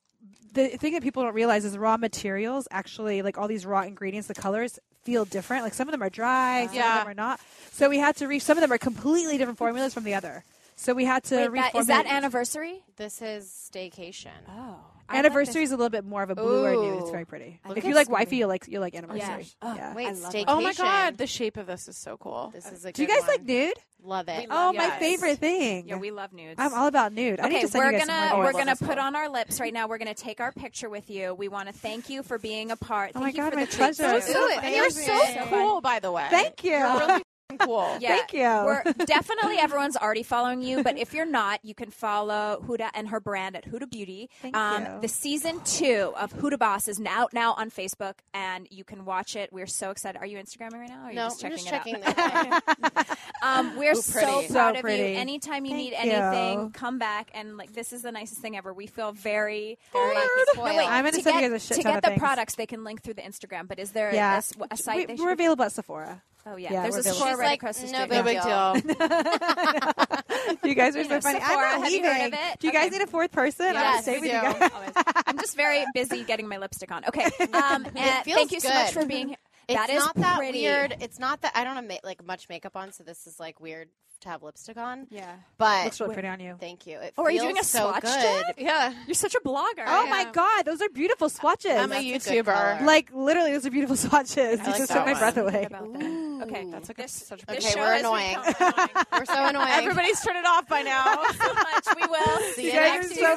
Speaker 8: the thing that people don't realize is raw materials actually like all these raw ingredients, the colors feel different. Like some of them are dry, some
Speaker 7: Yeah.
Speaker 8: of them are not. So we had to reach some of them are completely different formulas from the other. So we had to
Speaker 6: Wait, that, is that
Speaker 8: reformulate.
Speaker 6: anniversary?
Speaker 1: This is staycation.
Speaker 6: Oh,
Speaker 8: anniversary is a little bit more of a blue or nude. It's
Speaker 1: Ooh.
Speaker 8: very pretty.
Speaker 1: Look
Speaker 8: if
Speaker 1: at
Speaker 8: you like
Speaker 1: this movie.
Speaker 8: wifey, you will like you will like anniversary.
Speaker 6: Oh,
Speaker 8: Yeah.
Speaker 1: Wait,
Speaker 6: I love
Speaker 1: staycation.
Speaker 6: it.
Speaker 7: oh my god, the shape of this is so cool.
Speaker 1: This is a
Speaker 8: Do you
Speaker 1: good
Speaker 8: guys
Speaker 1: one.
Speaker 8: like nude?
Speaker 1: Love it.
Speaker 6: love-
Speaker 8: Oh, my
Speaker 6: Yes.
Speaker 8: favorite thing.
Speaker 6: Yeah, we love nudes.
Speaker 8: I'm all about nude. I need
Speaker 6: Okay,
Speaker 8: to send
Speaker 6: we're
Speaker 8: you guys some
Speaker 6: gonna
Speaker 8: more
Speaker 6: we're
Speaker 8: nudes.
Speaker 6: gonna put on our lips right now. We're gonna take our picture with you. We want to thank you for being a part.
Speaker 8: Oh
Speaker 6: Thank
Speaker 8: my
Speaker 6: you
Speaker 8: God,
Speaker 6: for
Speaker 8: my
Speaker 6: the treats
Speaker 8: pleasure.
Speaker 6: too.
Speaker 8: So
Speaker 7: Ooh, and you're so
Speaker 1: amazing.
Speaker 7: cool, by the way.
Speaker 8: Thank you.
Speaker 7: You're really cool.
Speaker 6: Yeah.
Speaker 8: Thank you.
Speaker 6: We're definitely everyone's already following you, but if you're not, you can follow Huda and her brand at Huda Beauty. Um,
Speaker 8: Thank you.
Speaker 6: The season two of Huda Boss is now now on Facebook, and you can watch it. We're so excited. Are you Instagramming right now? Or are you
Speaker 1: No,
Speaker 6: just
Speaker 1: I'm
Speaker 6: checking
Speaker 1: just
Speaker 6: it
Speaker 1: checking.
Speaker 6: out?
Speaker 1: that.
Speaker 6: Um, we're so
Speaker 1: pretty.
Speaker 8: So
Speaker 6: proud of you.
Speaker 8: pretty.
Speaker 6: Anytime you need
Speaker 8: Thank you.
Speaker 6: anything, come back and like this is the nicest thing ever. We feel very
Speaker 1: Very
Speaker 6: lucky.
Speaker 1: spoiled.
Speaker 8: I'm gonna
Speaker 6: to
Speaker 8: send you
Speaker 6: get-
Speaker 8: guys a shit
Speaker 6: to
Speaker 8: ton
Speaker 6: get
Speaker 8: of
Speaker 6: the
Speaker 8: things.
Speaker 6: products. They can link through the Instagram, but is there a- a,
Speaker 8: Yeah.
Speaker 6: s- a site
Speaker 8: we,
Speaker 6: they
Speaker 8: are
Speaker 6: should?
Speaker 8: available at Sephora.
Speaker 6: Oh yeah,
Speaker 8: Yeah,
Speaker 6: there's
Speaker 8: we're
Speaker 6: a store
Speaker 8: available.
Speaker 6: right
Speaker 1: She's like,
Speaker 6: across the
Speaker 1: no
Speaker 6: street.
Speaker 7: No big deal.
Speaker 8: You guys are
Speaker 6: You know,
Speaker 8: so funny.
Speaker 6: Sephora,
Speaker 8: I'm not
Speaker 6: have you
Speaker 8: leaving.
Speaker 6: heard of it?
Speaker 8: Do you guys
Speaker 6: Okay.
Speaker 8: need a fourth person? I'm gonna
Speaker 1: Yes,
Speaker 8: stay
Speaker 1: we
Speaker 8: with
Speaker 1: do.
Speaker 8: you guys.
Speaker 6: I'm just very busy getting my lipstick on. Okay, um, and
Speaker 1: feels
Speaker 6: thank you so much
Speaker 1: good.
Speaker 6: for being here.
Speaker 1: It's
Speaker 6: that is
Speaker 1: not that
Speaker 6: pretty.
Speaker 1: weird. It's not that I don't have ma- like much makeup on, so this is like weird to have lipstick on.
Speaker 6: Yeah.
Speaker 1: But
Speaker 8: Looks really pretty on you.
Speaker 1: thank you. It
Speaker 6: Oh,
Speaker 1: feels
Speaker 6: are you doing a
Speaker 1: so
Speaker 6: swatch
Speaker 1: good.
Speaker 6: job?
Speaker 7: Yeah.
Speaker 6: You're such a blogger.
Speaker 8: Oh my god, those are beautiful swatches.
Speaker 1: I'm a
Speaker 7: That's a good
Speaker 1: YouTuber.
Speaker 7: color.
Speaker 8: like literally, those are beautiful swatches.
Speaker 1: I
Speaker 8: you
Speaker 1: like
Speaker 8: just
Speaker 1: that
Speaker 8: took my
Speaker 1: one.
Speaker 8: breath away.
Speaker 6: About that. Okay, that's okay. This,
Speaker 7: such a
Speaker 6: this
Speaker 1: Okay,
Speaker 6: show
Speaker 1: we're
Speaker 6: has
Speaker 1: annoying.
Speaker 6: become annoying
Speaker 1: We're so annoying.
Speaker 7: Everybody's turned it off by now.
Speaker 6: so much. We will see
Speaker 1: you
Speaker 6: you
Speaker 1: guys
Speaker 6: next
Speaker 1: are so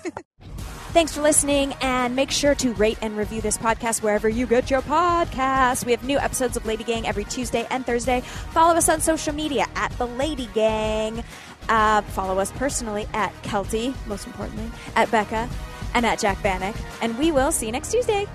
Speaker 6: Tuesday. Thanks for listening, and make sure to rate and review this podcast wherever you get your podcasts. We have new episodes of Lady Gang every Tuesday and Thursday. Follow us on social media at the Lady Gang. Uh, follow us personally at Kelty, most importantly, at Becca, and at Jack Bannock. And we will see you next Tuesday.